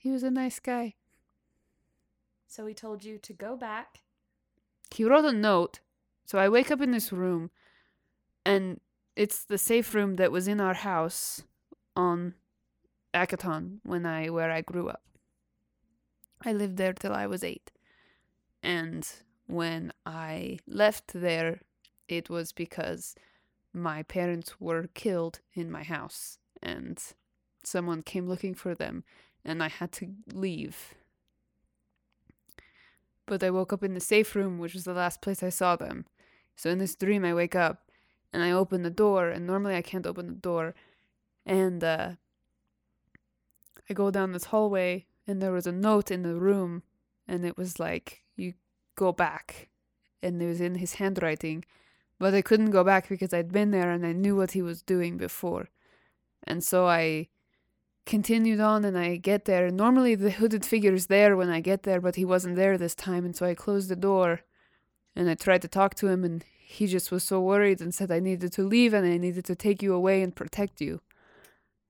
E: He was a nice guy.
F: So he told you to go back.
E: he wrote a note. So I wake up in this room, and it's the safe room that was in our house on Akaton when I where I grew up. I lived there till I was eight, and when I left there, it was because my parents were killed in my house, and someone came looking for them, and I had to leave but I woke up in the safe room, which was the last place I saw them. So in this dream, I wake up and I open the door, and normally I can't open the door. And uh, I go down this hallway, and there was a note in the room, and it was like, You go back. And it was in his handwriting. But I couldn't go back because I'd been there and I knew what he was doing before. And so I continued on and I get there. Normally the hooded figure is there when I get there, but he wasn't there this time, and so I closed the door and I tried to talk to him and he just was so worried and said I needed to leave and I needed to take you away and protect you.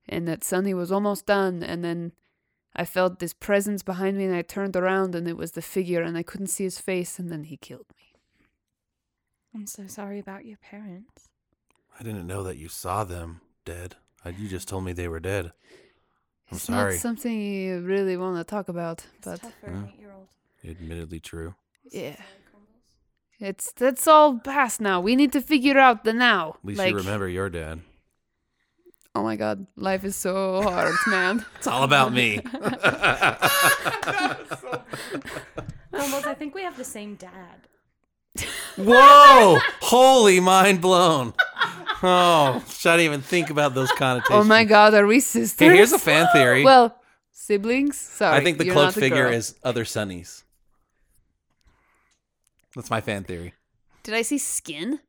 E: And that Sonny was almost done and then I felt this presence behind me and I turned around and it was the figure and I couldn't see his face and then he killed me.
F: I'm so sorry about your parents.
G: I didn't know that you saw them dead. I, you just told me they were dead. I'm
E: it's
G: sorry.
E: not something you really want to talk about,
F: It's
E: but
F: tough for an
G: Yeah.
F: eight-year-old.
G: Admittedly true.
E: yeah. It's that's all past now. We need to figure out the now.
G: At least
E: Like-
G: you remember your dad.
E: Oh my god, life is so hard, man.
G: It's all about me.
F: Almost, Um, I think we have the same dad.
G: Whoa! Holy mind blown. Oh, should I even think about those connotations?
E: Oh my god, are we sisters?
G: Hey, here's a fan theory.
E: well, siblings. Sorry,
G: I think the
E: you're
G: cloaked
E: not a
G: figure
E: girl.
G: is other Sunnies. That's my fan theory.
E: Did I see skin?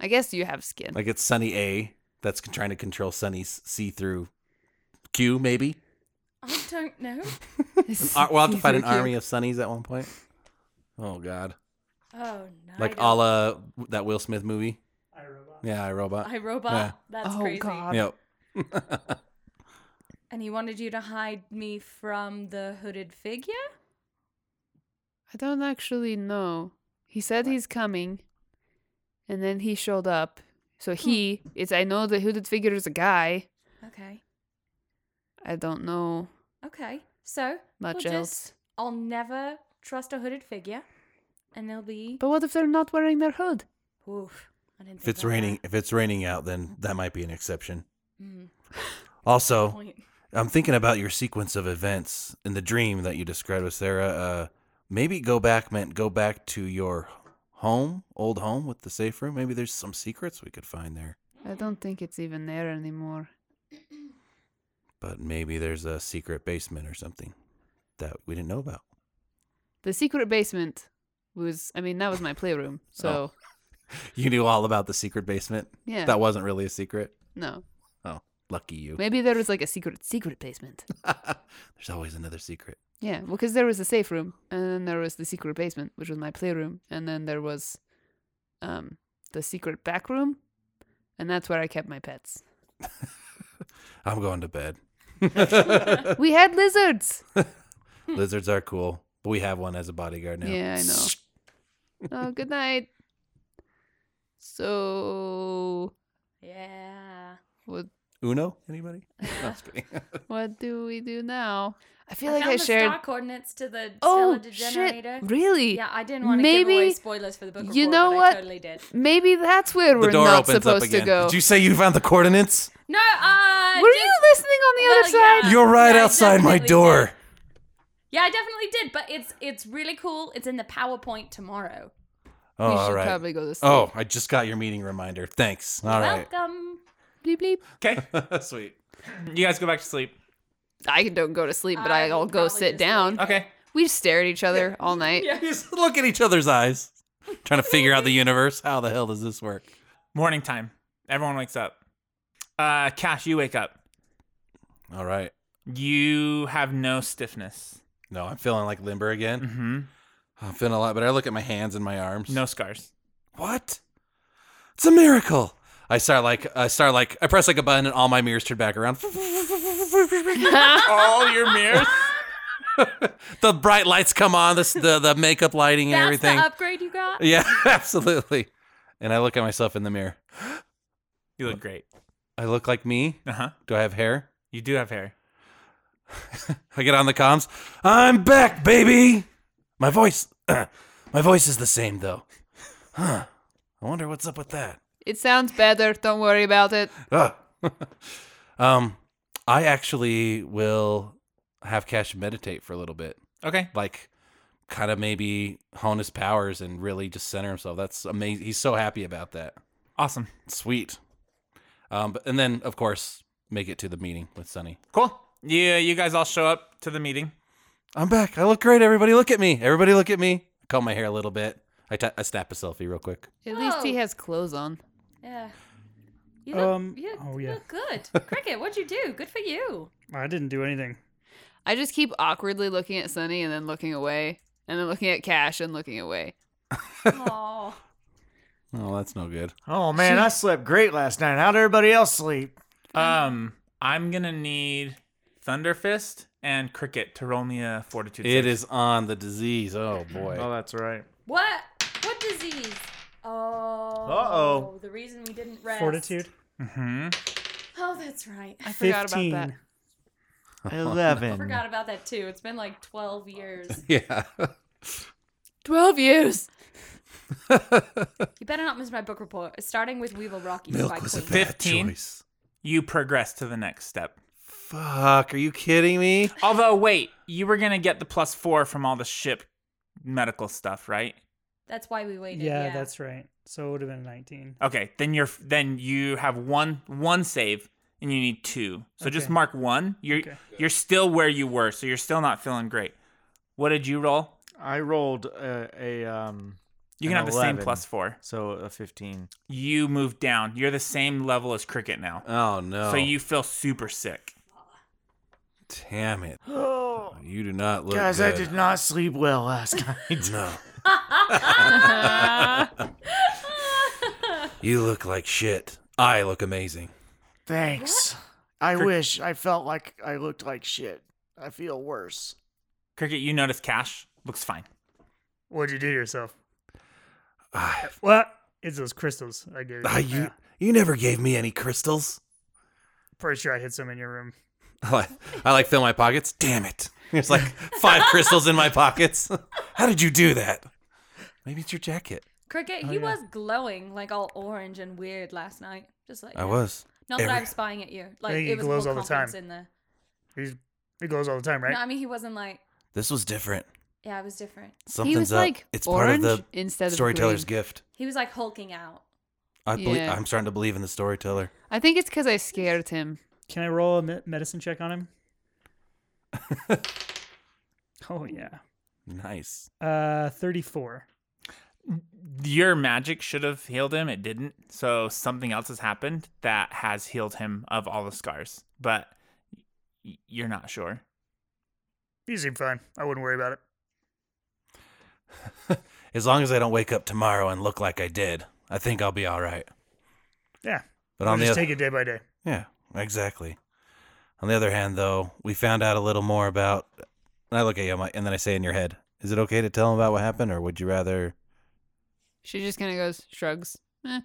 E: I guess you have skin.
G: Like it's Sunny A that's c- trying to control Sunny's see through Q, maybe.
F: I don't know.
G: Ar- uh, we'll have to fight an
E: You're cute.
G: army of Sunnies at one point. Oh, God.
F: Oh no.
G: Like a la that Will Smith movie. Yeah, iRobot.
F: I robot.
G: Yeah.
F: That's
E: Oh
F: crazy.
E: god.
G: Yep.
F: And he wanted you to hide me from the hooded figure.
E: I don't actually know. He said he's coming, And then he showed up. So he, it's I know the hooded figure is a guy.
F: Okay.
E: I don't know
F: Okay. So
E: much
F: we'll
E: else.
F: just I'll never trust a hooded figure, and they'll be.
E: But what if they're not wearing their hood?
F: Oof, I didn't.
G: If
F: think
G: it's
F: about
G: raining,
F: that.
G: if it's raining out, then that might be an exception.
F: Mm,
G: Also,
F: point.
G: I'm thinking about your sequence of events in the dream that you described with Sarah. Uh, maybe go back meant go back to your home, old home with the safe room. Maybe there's some secrets we could find there.
E: I don't think it's even there anymore.
G: But maybe there's a secret basement or something that we didn't know about.
E: The secret basement was, I mean, that was my playroom. So,
G: You knew all about the secret basement.
E: yeah.
G: That wasn't really a secret. Oh,
E: no.
G: Lucky you.
E: Maybe there was like a secret, secret basement.
G: there's always another secret.
E: Yeah, well, because there was a safe room, and then there was the secret basement, which was my playroom, and then there was um, the secret back room, and that's where I kept my pets.
G: I'm going to bed.
E: we had lizards.
G: Lizards are cool, but we have one as a bodyguard now.
E: Hmm. Yeah, I know. oh, good night. So,
F: Yeah.
E: what
G: Uno? Anybody? No, just kidding.
E: what do we do now? I feel like
F: found
E: I
F: the
E: shared.
F: star coordinates to the
E: Oh
F: Stella
E: shit!
F: Degenerator.
E: Really?
F: Yeah, I didn't want to give
E: Maybe-
F: away spoilers for the book.
E: you
F: Report,
E: know
F: but
E: what?
F: I totally did.
E: Maybe that's where we're not supposed to go.
G: Did you say you found the coordinates?
F: No, uh,
E: Were
F: did-
E: you listening on the
F: Well,
E: other
F: yeah.
E: side?
G: You're right
F: I
G: outside my
F: definitely
G: door.
F: Yeah, I definitely did. But it's it's really cool. It's in the PowerPoint tomorrow.
G: Oh,
E: we should
G: all right.
E: probably go to sleep.
G: Oh, I just got your meeting reminder. Thanks. All right.
F: Welcome.
E: Bleep bleep.
B: Okay,
G: Sweet.
B: you guys go back to sleep.
E: I don't go to sleep, but
F: I
E: I'll
F: would
E: go
F: probably
E: sit
F: just
E: down.
B: Okay,
E: We stare at each other all night.
F: Yeah.
G: Just look at each other's eyes, trying to figure out the universe. How the hell does this work?
B: morning time. Everyone wakes up. Uh, Cash, you wake up.
G: All right.
B: You have no stiffness.
G: No, I'm feeling like limber again.
B: Mm-hmm.
G: I'm feeling a lot better. I look at my hands and my arms.
B: No scars.
G: What? It's a miracle. I start like I start like I press like a button and all my mirrors turn back around.
B: All your mirrors.
G: the bright lights come on. This the the makeup lighting and
F: That's
G: everything.
F: the upgrade you got.
G: Yeah, absolutely. And I look at myself in the mirror.
B: You look great.
G: I look like me.
B: Uh huh.
G: Do I have hair?
B: You do have hair.
G: I get on the comms. I'm back, baby. My voice, my voice is the same though. Huh? I wonder what's up with that.
E: It sounds better. Don't worry about it.
G: Ah. um, I actually will have Cash meditate for a little bit,
B: Okay.
G: like kind of maybe hone his powers and really just center himself. That's amazing. He's so happy about that.
B: Awesome.
G: Sweet. Um, but, and then of course make it to the meeting with Sunny.
B: Cool. Yeah, you guys all show up to the meeting.
G: I'm back. I look great. Everybody, look at me. Everybody, look at me. I comb my hair a little bit. I, ta- I snap a selfie real quick.
E: At least he
F: Whoa.
E: has clothes on.
F: Yeah. You look,
D: Um,
F: you look,
D: oh,
F: you
D: yeah.
F: look good. Cricket, what'd you do? Good for you.
D: I didn't do anything.
E: I just keep awkwardly looking at Sunny and then looking away, and then looking at Cash and looking away.
F: Oh,
G: Oh, that's no good.
C: Oh man, I slept great last night. How'd everybody else sleep?
B: Um, I'm gonna need Thunderfist and Cricket to roll me a Fortitude.
G: It
B: save.
G: is on the disease. Oh
C: Oh,
G: boy.
C: that's right.
F: what? What disease? Oh.
C: Uh-oh.
F: The reason we didn't rest.
I: Fortitude.
B: Mhm.
F: Oh, that's right.
E: I forgot about
I: 15.
E: that.
F: I
C: Eleven.
F: forgot about that too. It's been like 12 years.
G: Yeah.
E: Twelve years.
F: You better not miss my book report. It's starting with We Will Rock You by
G: Milk was a
F: Queen.
B: bit-
G: bad
B: 15.
G: choice.
B: You progress to the next step.
G: Fuck. Are you kidding me?
B: Although, wait, you were gonna get the plus four from all the ship medical stuff, right?
F: That's why we waited.
I: Yeah,
F: Yeah,
I: that's right. So it would have been 19.
B: Okay, then you're then you have one one save and you need two. So just
I: Okay.
B: mark one. You're
I: Okay.
B: you're still where you were, so you're still not feeling great. What did you roll?
C: I rolled a, a um,
B: You can
C: An
B: have the same
C: 11.
B: plus four.
C: so a fifteen.
B: You move down. You're the same level as Cricket now.
G: Oh no.
B: So you feel super sick.
G: Damn it.
C: Oh,
G: You do not look.
C: guys,
G: good.
C: I did not sleep well last night.
G: No. you look like shit. I look amazing.
C: Thanks. I wish I felt like I looked like shit. I feel worse.
B: Cricket, you notice Cash looks fine.
D: What'd you do to yourself?
G: Ah,
D: Well, It's those crystals I gave you.
G: Ah, you
D: Yeah.
G: you never gave me any crystals.
D: Pretty sure I hid some in your room.
G: I like, I like fill my pockets. Damn it! There's like five crystals in my pockets. How did you do that? Maybe it's your jacket.
D: Oh,
F: Cricket, he was glowing like all orange and weird last night. Just like
G: I was.
F: Not that
G: every-
F: I'm spying at you. Like
D: think he
F: it was
D: glows
F: more
D: all the
F: confidence
D: time,
F: in there.
D: He's, he glows all the time, right?
F: No, I mean he wasn't like.
G: This was different.
F: Yeah, it was different.
G: Something's
E: he was
G: up.
E: like
G: it's
E: orange
G: part of the
E: instead of
G: storyteller's
E: green.
G: gift.
F: He was like hulking out.
G: I believe
E: Yeah.
G: I'm starting to believe in the storyteller.
E: I think it's because I scared him.
D: Can I roll a me- medicine check on him? oh yeah.
G: Nice.
D: Uh, thirty-four.
B: Your magic should have healed him. It didn't. So something else has happened that has healed him of all the scars. But y- you're not sure.
D: You seem fine. I wouldn't worry about it.
G: As long as I don't wake up tomorrow and look like I did, I think I'll be all right.
D: Yeah.
G: But
D: I'll
G: on the
D: just
G: other,
D: take it day by day.
G: yeah, exactly. On the other hand, though, we found out a little more about. And I look at you, I'm like- and then I say in your head, "Is it okay to tell him about what happened, or would you rather?"
E: She just kind of goes, shrugs. Eh.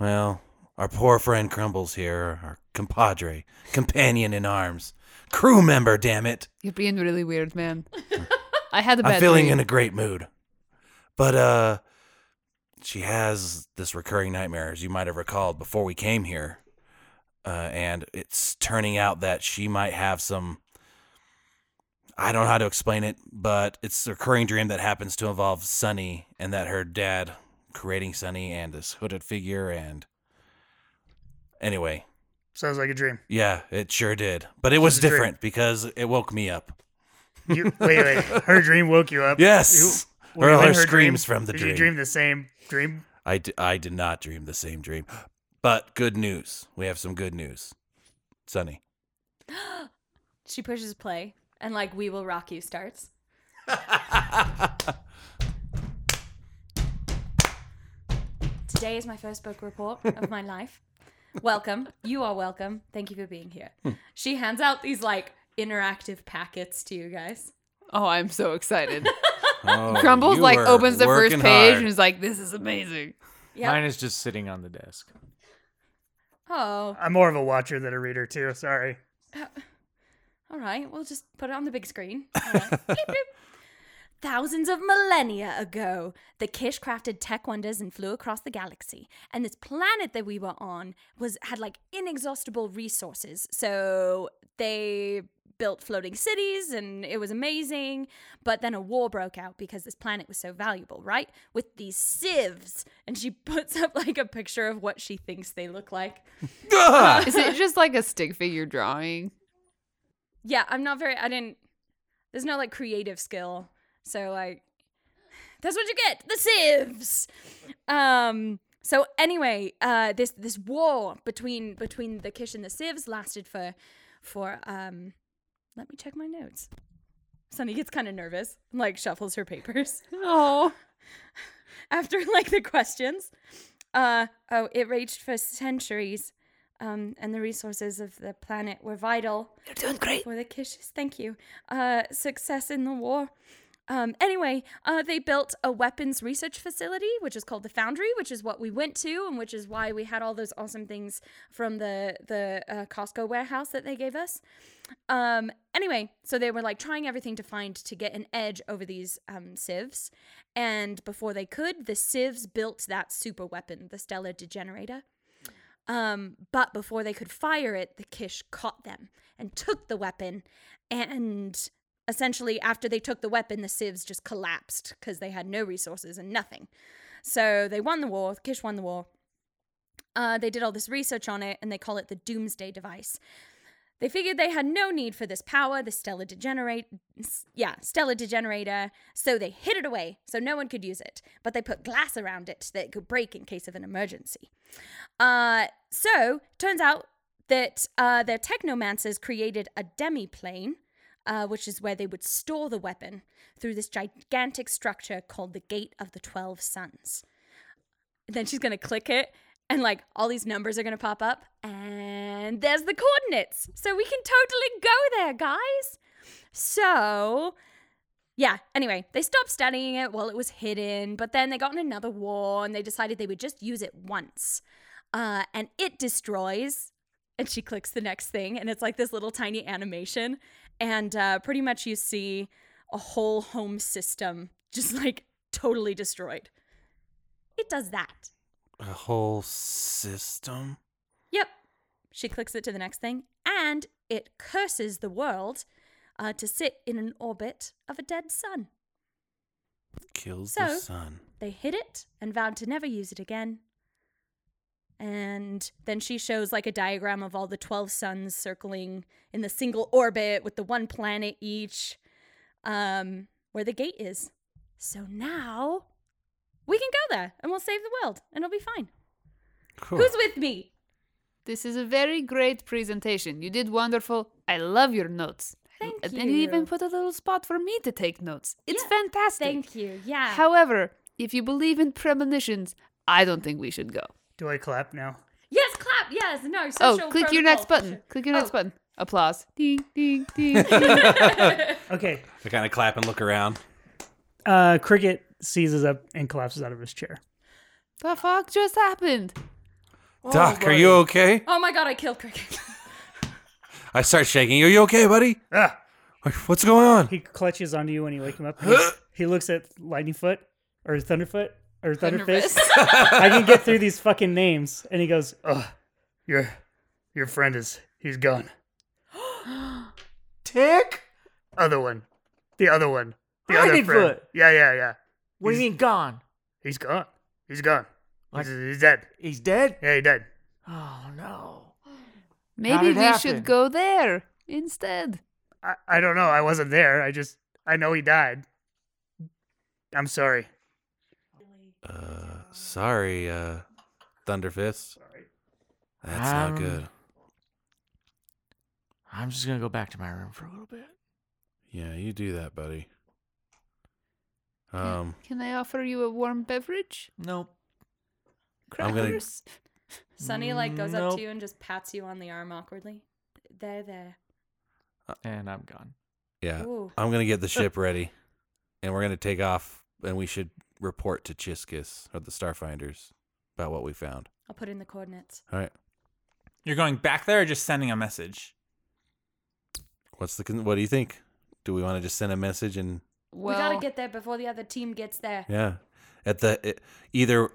G: Well, our poor friend Crumbles here, our compadre, companion in arms, crew member, damn it.
E: You're being really weird, man. I had a bad
G: I'm feeling
E: dream.
G: in a great mood. But uh she has this recurring nightmare, as you might have recalled before we came here. Uh, and it's turning out that she might have some I don't know how to explain it, but it's a recurring dream that happens to involve Sunny and that her dad creating Sunny and this hooded figure and anyway,
D: Sounds like a dream.
G: yeah, it sure did. But it was
D: Just a dream.
G: different because it woke me up.
D: You, wait, wait. Her dream woke you up.
G: Yes.
D: You- were you
G: Or
D: in
G: her screams from the
D: Did
G: dream.
D: you dream the same dream?
G: I, d- I did not dream the same dream. But good news. We have some good news. Sunny.
F: She pushes play and like "We Will Rock You" starts. Today is my first book report of my life. Welcome. You are welcome. Thank you for being here. She hands out these like interactive packets to you guys.
E: Oh, I'm so excited.
G: Oh,
E: Crumbles
G: you
E: like
G: were
E: opens the first
G: working
E: page
G: hard.
E: and is like, "This is amazing."
F: Yeah.
H: Mine is just sitting on the desk.
F: Oh,
D: I'm more of a watcher than a reader too. Sorry.
F: all right. We'll just put it on the big screen. All right. Bleep, bloop. Thousands of millennia ago, the Kish crafted tech wonders and flew across the galaxy. And this planet that we were on was had like inexhaustible resources. So they built floating cities and it was amazing. But then a war broke out because this planet was so valuable, right? With these sieves. And she puts up like a picture of what she thinks they look like.
E: Is it just like a stick figure drawing?
F: yeah i'm not very i didn't there's no like creative skill so like that's what you get the sieves um so anyway uh this this war between between the kish and the sieves lasted for for um let me check my notes sunny gets kind of nervous and like shuffles her papers
E: Oh,
F: after like the questions. Uh oh, it raged for centuries. Um, and the resources of the planet were vital. You're doing great. For the Kishes, thank you. Uh, success in the war. Um, anyway, uh, they built a weapons research facility, which is called the Foundry, which is what we went to, and which is why we had all those awesome things from the the uh, Costco warehouse that they gave us. Um, anyway, so they were like trying everything to find to get an edge over these um, sieves, and before they could, the sieves built that super weapon, the Stellar Degenerator. Um, but before they could fire it, the Kish caught them and took the weapon. And essentially, after they took the weapon, the sieves just collapsed because they had no resources and nothing. So they won the war. The Kish won the war. Uh, they did all this research on it, and they call it the Doomsday Device. They figured they had no need for this power, the stellar degenerate, s- yeah, stellar degenerator. So they hid it away, so no one could use it. But they put glass around it that it could break in case of an emergency. Uh, so turns out that uh, their technomancers created a demi-plane, uh, which is where they would store the weapon through this gigantic structure called the Gate of the Twelve Suns. Then she's gonna click it, and like all these numbers are gonna pop up, and there's the coordinates. So we can totally go there, guys. So Yeah, anyway, they stopped studying it while it was hidden, but then they got in another war and they decided they would just use it once. Uh, and it destroys. And she clicks the next thing, and it's like this little tiny animation. And uh, pretty much you see a whole home system just like totally destroyed. It does that.
G: A whole system?
F: Yep. She clicks it to the next thing, and it curses the world uh, to sit in an orbit of a dead sun.
G: Kills
F: So-
G: the sun.
F: They hid it and vowed to never use it again. And then she shows like a diagram of all the 12 suns circling in the single orbit with the one planet each um, where the gate is. So now we can go there and we'll save the world and it'll be fine.
G: Cool.
F: Who's with me?
E: This is a very great presentation. You did wonderful. I love your notes.
F: Thank
E: and And you even
F: you.
E: put a little spot for me to take notes. It's
F: Yeah,
E: fantastic.
F: Thank you. Yeah.
E: However, if you believe in premonitions, I don't think we should go.
D: Do I clap now?
F: yes, clap. Yes. No. Social
E: oh, click your next
F: protocol.
E: button. Click your
F: Oh.
E: next button. Applause. Ding, ding, ding.
D: Okay.
G: I kind of clap and look around.
D: Uh, Cricket seizes up and collapses out of his chair.
E: the fuck just happened?
G: Doc, are you okay?
F: Oh my god, I killed Cricket.
G: I start shaking. Are you okay, buddy?
D: Ah!
G: What's going on?
D: He clutches onto you when you wake him up. and he's- he looks at Lightningfoot or Thunderfoot or Thunderfist. I can get through these fucking names, and he goes, "Ugh, your your friend is he's gone."
C: Tick?
D: Other one, the other one, the other friend.
C: Lightningfoot.
D: Yeah, yeah, yeah.
C: What do you mean gone?
D: He's gone. He's gone.
C: Like-
D: He's, he's dead.
C: He's dead?
D: Yeah, he dead.
C: Oh no.
E: Maybe
C: did
E: we
C: it happen?
E: should go there instead.
D: I, I don't know. I wasn't there. I just I know he died. I'm sorry.
G: Uh, sorry, uh, Thunderfist. That's
C: Um,
G: not good.
C: I'm just gonna go back to my room for a little bit.
G: Yeah, you do that, buddy.
E: Can-
G: Um,
E: Can I offer you a warm beverage?
C: Nope.
G: I'm gonna-
E: Crackers?
F: Sunny like goes up
C: Nope.
F: to you and just pats you on the arm awkwardly. There, there.
C: And I'm gone.
G: yeah,
F: Ooh.
G: I'm gonna get the ship ready, and we're gonna take off, and we should report to Chiskis or the Starfinders about what we found.
F: I'll put in the coordinates.
G: All right,
B: You're going back there or just sending a message?
G: what's the con- what do you think? Do we want to just send a message and
E: Well,
F: we gotta get there before the other team gets there.
G: yeah, at the it, either,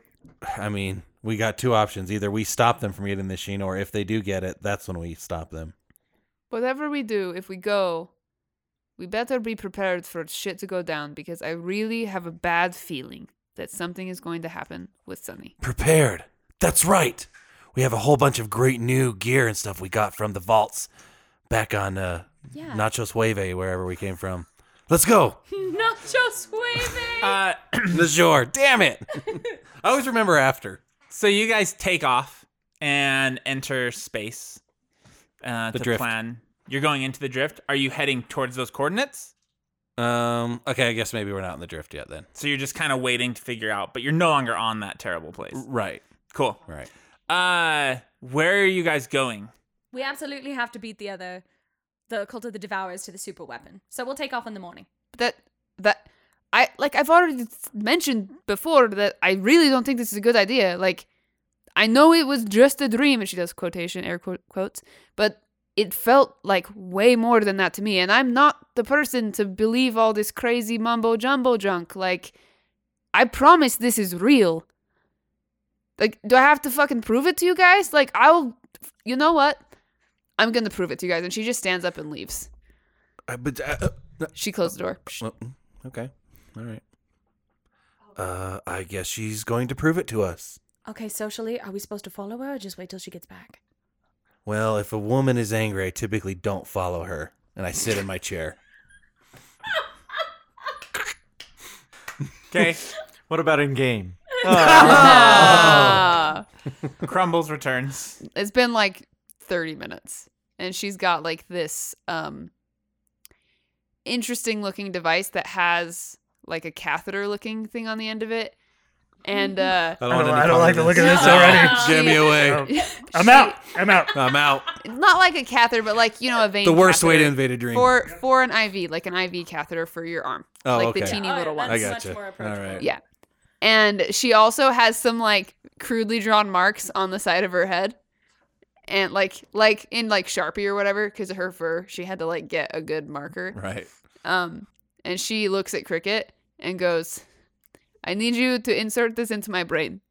G: I mean, we got two options: either we stop them from getting the sheen, or if they do get it, that's when we stop them.
E: whatever we do, if we go, we better be prepared for shit to go down because I really have a bad feeling that something is going to happen with Sunny.
G: prepared. That's right. We have a whole bunch of great new gear and stuff we got from the vaults back on uh,
F: Yeah.
G: Nachos Hueve, wherever we came from. Let's go.
F: Not just waving.
B: Uh,
G: the shore. Damn it. I always remember after.
B: so you guys take off and enter space uh,
G: The
B: to
G: drift.
B: plan. You're going into the drift. Are you heading towards those coordinates?
G: Um. Okay, I guess maybe we're not in the drift yet then.
B: So you're just kind of waiting to figure out, but you're no longer on that terrible place.
G: Right.
B: Cool.
G: Right.
B: Uh, where are you guys going?
F: we absolutely have to beat the other, the cult of the devourers to the super weapon. So we'll take off in the morning.
E: But that that I like I've already s- mentioned before that I really don't think this is a good idea. Like I know it was just a dream, and she does quotation air quote, quotes, but it felt like way more than that to me. And I'm not the person to believe all this crazy mumbo jumbo junk. Like I promise this is real. Like do I have to fucking prove it to you guys? Like I'll you know what? I'm gonna prove it to you guys. And she just stands up and leaves.
G: Uh, but uh, uh, no.
E: She closed the door.
G: Well, mm, okay. All right. Uh, I guess she's going to prove it to us.
F: Okay, socially, are we supposed to follow her or just wait till she gets back?
G: Well, if a woman is angry, I typically don't follow her, and I sit in my chair.
B: Okay.
C: What about in game?
E: Ah.
B: Crumbles returns.
E: it's been like 30 minutes and she's got like this um interesting looking device that has like a catheter looking thing on the end of it and uh,
G: I don't,
D: I
G: want
D: don't,
G: any
D: I don't
G: part
D: like
G: of
D: the look of
G: this.
D: this already.
G: Jamie away.
D: Oh. I'm out. I'm out.
G: I'm out.
E: uh, not like a catheter, but like you know a vein.
G: The worst way to
E: catheter
G: invade a dream.
E: for for an IV, like an IV catheter for your arm,
G: Oh,
E: like the
G: okay.
E: teeny
F: Oh,
E: little one.
F: that's
G: I
F: much
G: gotcha.
F: more
G: All
F: approachable.
G: right.
E: Yeah. And she also has some like crudely drawn marks on the side of her head. And like like in like Sharpie or whatever cuz of her fur, she had to like get a good marker.
G: Right.
E: Um and she looks at Cricket and goes, "I need you to insert this into my brain."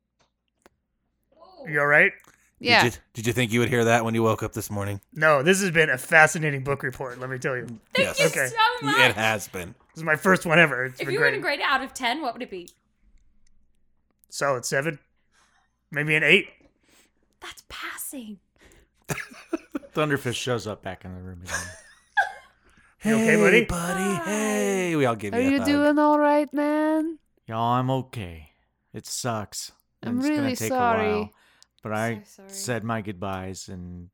D: You all right?
E: Yeah.
G: Did you, did you think you would hear that when you woke up this morning?
D: No, this has been a fascinating book report. Let me tell you, this
G: Thank
D: you Okay.
F: So much.
G: It has been.
D: is my first one ever. It's
F: If
D: been
F: you were
D: great.
F: to grade it out of ten, what would it be?
D: Solid seven, maybe an eight.
F: That's passing.
C: Thunderfish shows up back in the room again.
D: You okay, buddy?
G: Hey, we all give
E: Are
G: you a
E: you
G: hug.
E: doing all right, man?
C: Y'all, I'm okay. It sucks. and
E: I'm
C: it's gonna
E: really
C: take
E: sorry.
C: A while, but I
F: So sorry.
C: said my goodbyes, and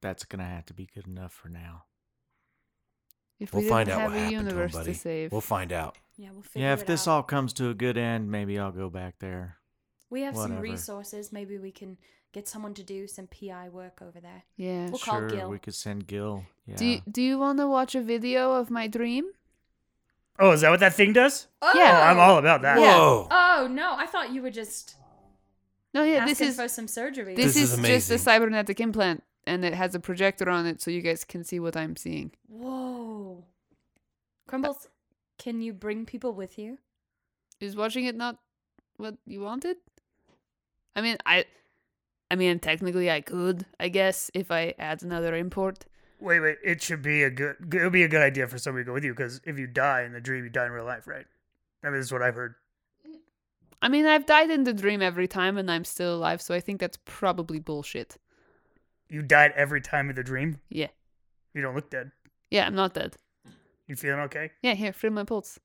C: that's gonna have to be good enough for now.
E: If
G: We'll
E: we didn't
G: find out
E: have
G: what
E: a
G: happened to him,
E: universe
G: buddy.
E: save.
G: We'll find out.
F: Yeah, we'll figure
C: yeah, if
F: it
C: this
F: out.
C: all comes to a good end, maybe I'll go back there.
F: we have some
C: whatever.
F: resources, maybe we can get someone to do some PI work over there.
E: yeah.
F: We'll call
C: sure,
F: Gil.
C: we could send Gil. Yeah.
E: Do you, do you want to watch a video of my dream?
D: Oh, is that what that thing does?
F: Oh,
E: Yeah.
D: Oh, I'm all about that.
E: Yeah.
G: Whoa.
F: Oh no, I thought you were just
E: No, yeah,
F: asking
E: this is
F: for some surgery.
E: This,
G: This is
E: is, just a
G: amazing.
E: cybernetic implant, and it has a projector on it, so you guys can see what I'm seeing.
F: Whoa, Crumbles, can you bring people with you?
E: Is watching it not what you wanted? I mean, I, I mean, technically, I could, I guess, if I add another import.
D: Wait, wait. It should be a good. It would be a good idea for somebody to go with you because if you die in the dream, you die in real life, right? I mean, this is what I've heard.
E: I mean, I've died in the dream every time, and I'm still alive, so I think that's probably bullshit.
D: You died every time in the dream.
E: Yeah,
D: You don't look dead.
E: yeah, I'm not dead.
D: You feeling okay?
E: Yeah, here, feel my pulse.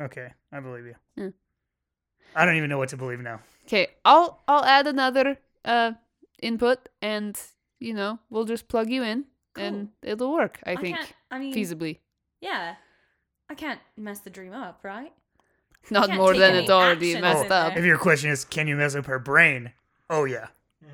D: Okay, I believe you.
E: Yeah.
D: I don't even know what to believe now.
E: Okay, I'll I'll add another uh input, and you know, we'll just plug you in, and it'll work. I, think
F: can't, I mean,
E: feasibly.
F: yeah, I can't mess the dream up, right?
E: Not
F: can't
E: more
F: take
E: than
F: any
E: it's already
F: action
E: messed
F: in
E: up.
F: there.
D: If your question is, can you mess up her brain? Oh yeah.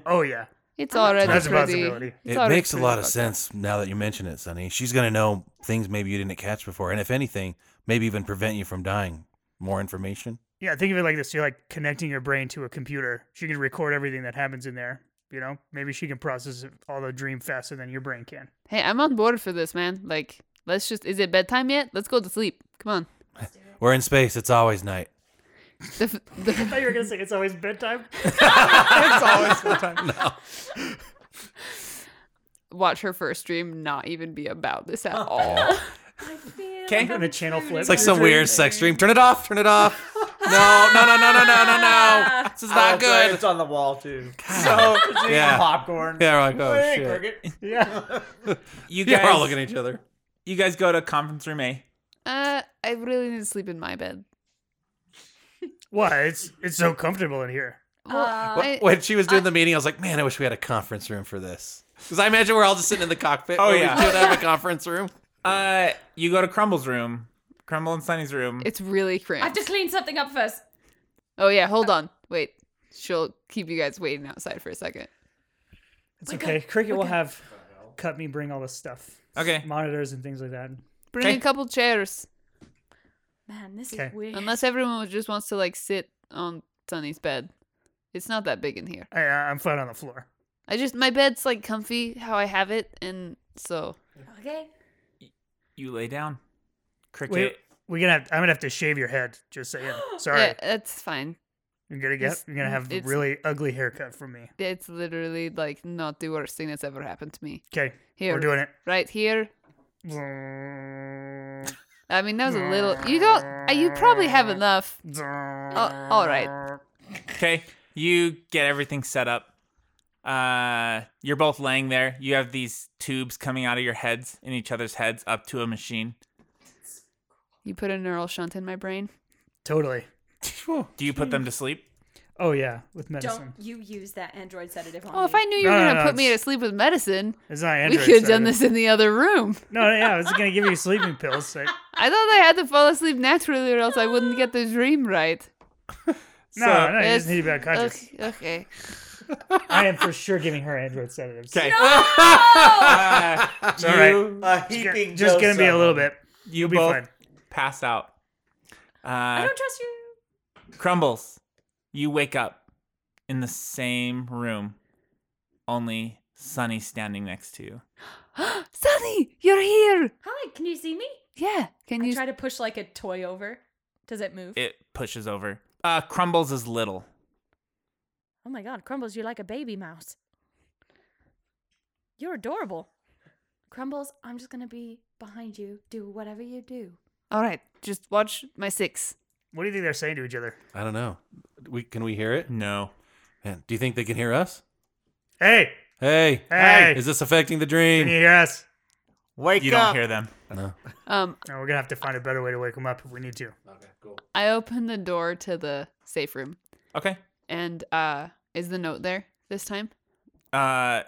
D: Oh yeah.
E: It's
F: I'm not
E: already
D: That's a
E: pretty.
D: possibility.
E: it's
G: It
E: already
G: makes a
E: pretty
G: lot of
E: fucked up.
G: sense now that you mention it, Sonny. She's going to know things maybe you didn't catch before. And if anything, maybe even prevent you from dying. More information?
D: Yeah, think of it like this: you're like connecting your brain to a computer. She can record everything that happens in there. You know, maybe she can process it- all the dream faster than your brain can.
E: Hey, I'm on board for this, man. Like, let's just. Is it bedtime yet? Let's go to sleep. Come on.
G: We're in space. It's always night.
E: The, f- the,
D: I thought you were gonna say it's always bedtime.
E: watch her first dream not even be about this at all.
B: Okay.
D: Doing a channel flip.
G: It's like some weird sex dream. Turn it off. Turn it off. No, no, no, no, no, no, no, no. This is not good.
H: It's on the wall too.
G: So, yeah.
H: Popcorn.
G: Yeah, we're like, oh, shit.
B: You
G: Yeah,
B: guys
G: we're all looking at each other.
B: You guys go to conference room A.
E: Uh, I really need to sleep in my bed.
D: Why? It's it's so comfortable in here.
E: Well, I,
G: When she was doing the meeting, I was like, man, I wish we had a conference room for this. Because I imagine we're all just sitting in the cockpit.
B: Oh,
G: where
B: yeah.
G: We could have a conference room.
B: Uh, you go to Crumble's room, Crumble and Sunny's room.
E: it's really
F: I have
E: cramped.
F: to clean something up first.
E: oh yeah, hold on. Wait, she'll keep you guys waiting outside for a second.
D: It's okay. Cricket will have cut me bring all this stuff,
B: Okay.
D: monitors and things like that.
E: Bring
B: Okay.
E: a couple chairs,
F: Man, this
D: Okay.
F: is weird.
E: unless everyone just wants to like sit on Sunny's bed. It's not that big in here.
D: I, I- I'm flat on the floor.
E: I just my bed's like comfy how I have it, and so
F: okay.
B: You lay down. Cricket.
D: Wait, we're gonna. Have, I'm gonna have to shave your head. Just saying. Sorry.
E: yeah, that's fine.
D: You're gonna get.
E: It's-
D: You're gonna have a
E: it's-
D: really ugly haircut from me.
E: It's literally like not the worst thing that's ever happened to me.
D: Okay.
E: Here,
D: We're doing it.
E: right here. I mean, that was a little. You don't. uh, You probably have enough. Uh, all right.
B: Okay. You get everything set up. Uh, you're both laying there. You have these tubes coming out of your heads, in each other's heads, up to a machine.
E: You put a neural shunt in my brain.
D: Totally.
B: Do you put them to sleep?
D: Oh yeah, with medicine.
F: Don't you use that android sedative on
E: Oh, if
F: me.
E: I knew you were
D: No, no,
E: gonna
D: no,
E: put me to
D: it's-
E: sleep with medicine,
D: It's not
E: we
D: Android.
E: could have done
D: sedative.
E: this in the other room.
D: No, no, yeah, I was gonna give you sleeping pills. I-
E: I thought I had to fall asleep naturally, or else I wouldn't get the dream right.
D: No,
B: So-
D: no, you just need to be unconscious.
E: Okay. okay.
I: I am for sure giving her android sedatives.
B: Okay.
D: It's all right.
C: A
D: Just
C: heaping
D: gonna- Just gonna be a little bit.
B: you
D: You'll be
B: uh, both
D: fine.
B: pass out.
F: I
B: Uh,
F: don't trust you.
B: crumbles. You wake up in the same room, only Sunny standing next to you.
E: Sunny, you're here.
F: Hi, can you see me?
E: Yeah. Can
F: I
E: you?
F: try to push like a toy over. Does it move?
B: It pushes over. Uh, crumbles is little.
F: oh my god, Crumbles, you're like a baby mouse. You're adorable. Crumbles, I'm just gonna be behind you. Do whatever you do.
E: All right. Just watch my six.
D: What do you think they're saying to each other?
G: I don't know. We can we hear it?
B: No.
G: Man, do you think they can hear us?
D: Hey,
G: Hey,
D: Hey.
G: Is this affecting the
D: can you
G: dream?
D: hear us?
C: Wake
B: You
C: up.
B: don't hear them.
G: No.
E: Um,
D: No, we're gonna have to find a better way to wake them up if we need to.
G: Okay, cool.
E: I open the door to the safe room,
B: Okay.
E: and uh, is the note there this time?
B: Uh,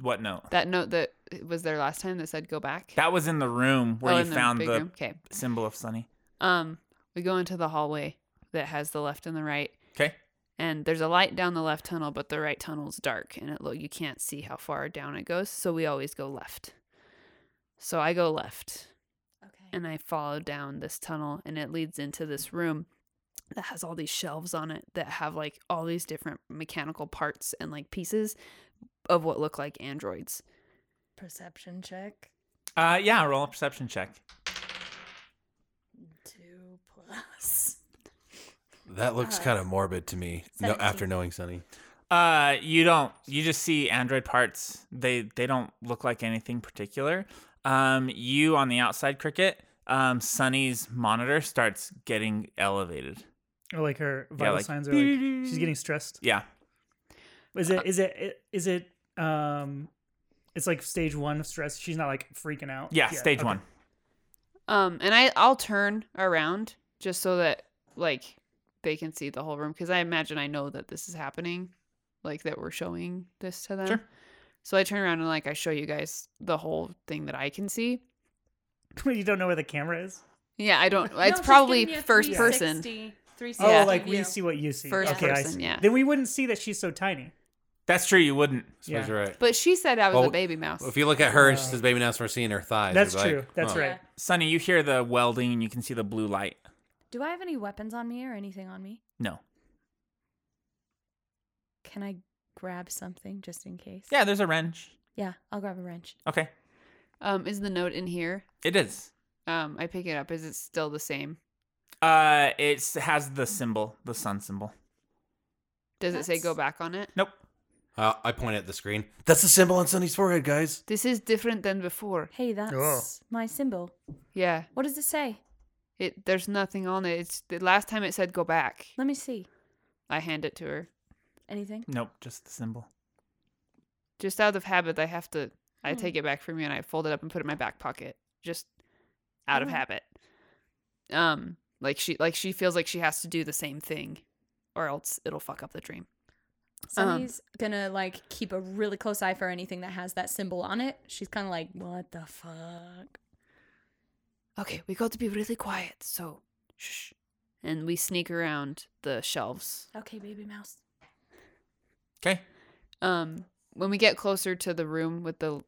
B: what note?
E: That note that uh, was there last time that said go back.
B: That was in the room where
E: Oh,
B: you
E: in the
B: found
E: big
B: the
E: room? Okay.
B: symbol of Sunny.
E: Um, we go into the hallway that has the left and the right,
B: Okay.
E: and there's a light down the left tunnel, but the right tunnel's dark, and it lo- you can't see how far down it goes. So we always go left. So I go left.
F: Okay.
E: and I follow down this tunnel and it leads into this room that has all these shelves on it that have like all these different mechanical parts and like pieces of what look like androids.
F: Perception check.
B: Uh, yeah. Roll a perception check.
F: Two plus.
G: That looks kind of morbid to me. No,
F: Seventeen.
G: after knowing Sunny.
B: Uh, you don't. You just see android parts. They they don't look like anything particular. Um, you on the outside, cricket. Um, Sunny's monitor starts getting elevated.
D: Or like her
B: Yeah,
D: vital
B: like-
D: signs are like she's getting stressed.
B: Yeah.
D: Is it? Is it? Is it? Um, it's like stage one of stress. She's not like freaking out.
B: Yeah. stage
D: okay.
B: one.
E: Um and I I'll turn around just so that like they can see the whole room cuz I imagine I know that this is happening, like that we're showing this to them.
B: Sure.
E: So I turn around and like I show you guys the whole thing that I can see.
D: you don't know where the camera is.
E: Yeah, I don't Oh, it's probably first person.
F: 360
D: Oh,
E: Yeah.
D: like we
F: view.
D: see what you see.
E: First
D: okay, I
E: person,
D: see.
E: yeah.
D: Then we wouldn't see that she's so tiny.
B: That's true. You wouldn't.
G: Suppose
D: Yeah.
G: you're right.
E: But she said I was
G: Well,
E: a baby mouse.
G: If you look at her, she says baby now we're seeing her thighs.
D: That's
G: You're like,
D: true. That's
G: huh.
D: right.
B: Sunny, you hear the welding and you can see the blue light.
F: Do I have any weapons on me or anything on me?
B: No.
F: Can I grab something just in case?
B: Yeah, there's a wrench.
F: Yeah, I'll grab a wrench.
B: Okay.
E: Um, is the note in here?
B: It is.
E: Um, I pick it up. Is it still the same?
B: Uh, it has the symbol, the sun symbol.
E: Does it say
F: That's-
E: go back on it?
B: Nope.
G: Uh, I point at the screen. That's the symbol on Sunny's forehead, guys.
E: This is different than before.
F: Hey, that's
D: Oh.
F: my symbol.
E: Yeah,
F: What does it say?
E: it. There's nothing on it. It's the last time it said go back.
F: Let me see.
E: I hand it to her.
F: Anything?
B: Nope. Just the symbol.
E: Just out of habit, I have to. I
F: Hmm.
E: take it back from you and I fold it up and put it in my back pocket. Just out of
F: Oh.
E: habit. Um, like she, like she feels like she has to do the same thing, or else it'll fuck up the dream.
F: Sunny's gonna like keep a really close eye for anything that has that symbol on it. She's kind of like, what the fuck?
E: Okay, we got to be really quiet. So, shh. And we sneak around the shelves
F: Okay, baby mouse.
B: Okay.
E: Um, when we get closer to the room with the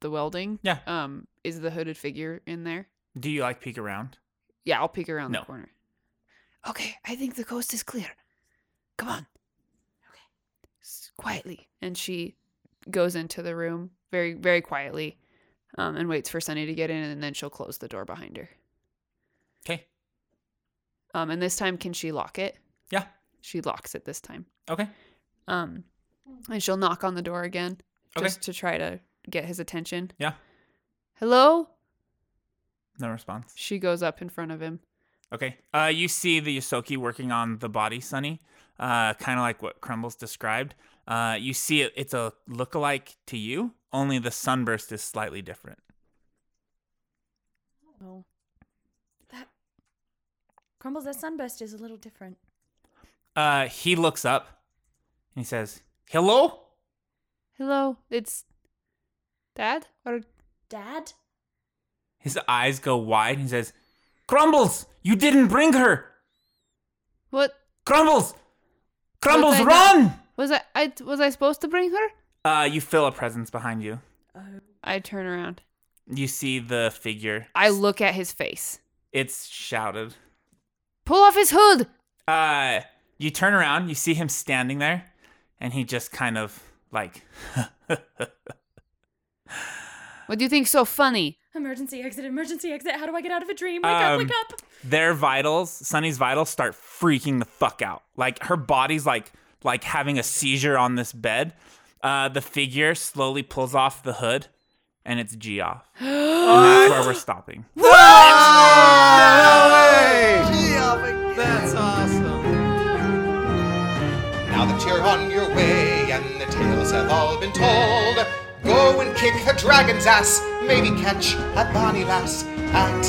E: the welding,
B: Yeah.
E: Um, is the hooded figure in there?
B: Do you like peek around?
E: Yeah, I'll peek around
B: No.
E: the corner. Okay, I think the coast is clear. Come on.
F: Okay.
E: S- quietly, and she goes into the room very, very quietly, um, and waits for Sunny to get in, and then she'll close the door behind her.
B: Okay.
E: Um, and this time, can she lock it?
B: Yeah.
E: She locks it this time.
B: Okay.
E: Um, and she'll knock on the door again,
B: Okay.
E: just to try to get his attention.
B: Yeah.
E: Hello.
B: No response.
E: She goes up in front of him.
B: Okay. Uh, you see the Yosoki working on the body, Sunny. Uh, kind of like what Crumbles described. Uh, you see it. It's a look-alike to you. Only the sunburst is slightly different.
F: Oh. That crumbles. That sunburst is a little different.
B: Uh, he looks up and he says, "Hello."
E: Hello. It's Dad or
F: Dad,
B: His eyes go wide. and He says, "Crumbles, you didn't bring her.
E: what?
B: Crumbles, Crumbles,
E: Okay, no.
B: run!
E: Was I, I was I supposed to bring her?
B: Uh, you feel a presence behind you.
E: I turn around.
B: You see the figure.
E: I look at his face.
B: It's shouted.
E: Pull off his hood.
B: Uh, you turn around, you see him standing there, and he just kind of like,
E: What do you think's so funny?
F: Emergency exit, emergency exit. How do I get out of a dream? Wake up, wake
B: Um,
F: up.
B: their vitals, Sunny's vitals start freaking the fuck out. Like her body's like like having a seizure on this bed. Uh, the figure slowly pulls off the hood, and it's Geoff. and that's where we're stopping.
A: That's awesome. Now that you're on your way and the tales have all been told, go and kick the dragon's ass, maybe catch a bonny lass at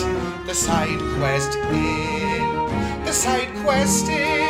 A: the side quest inn. The side quest inn.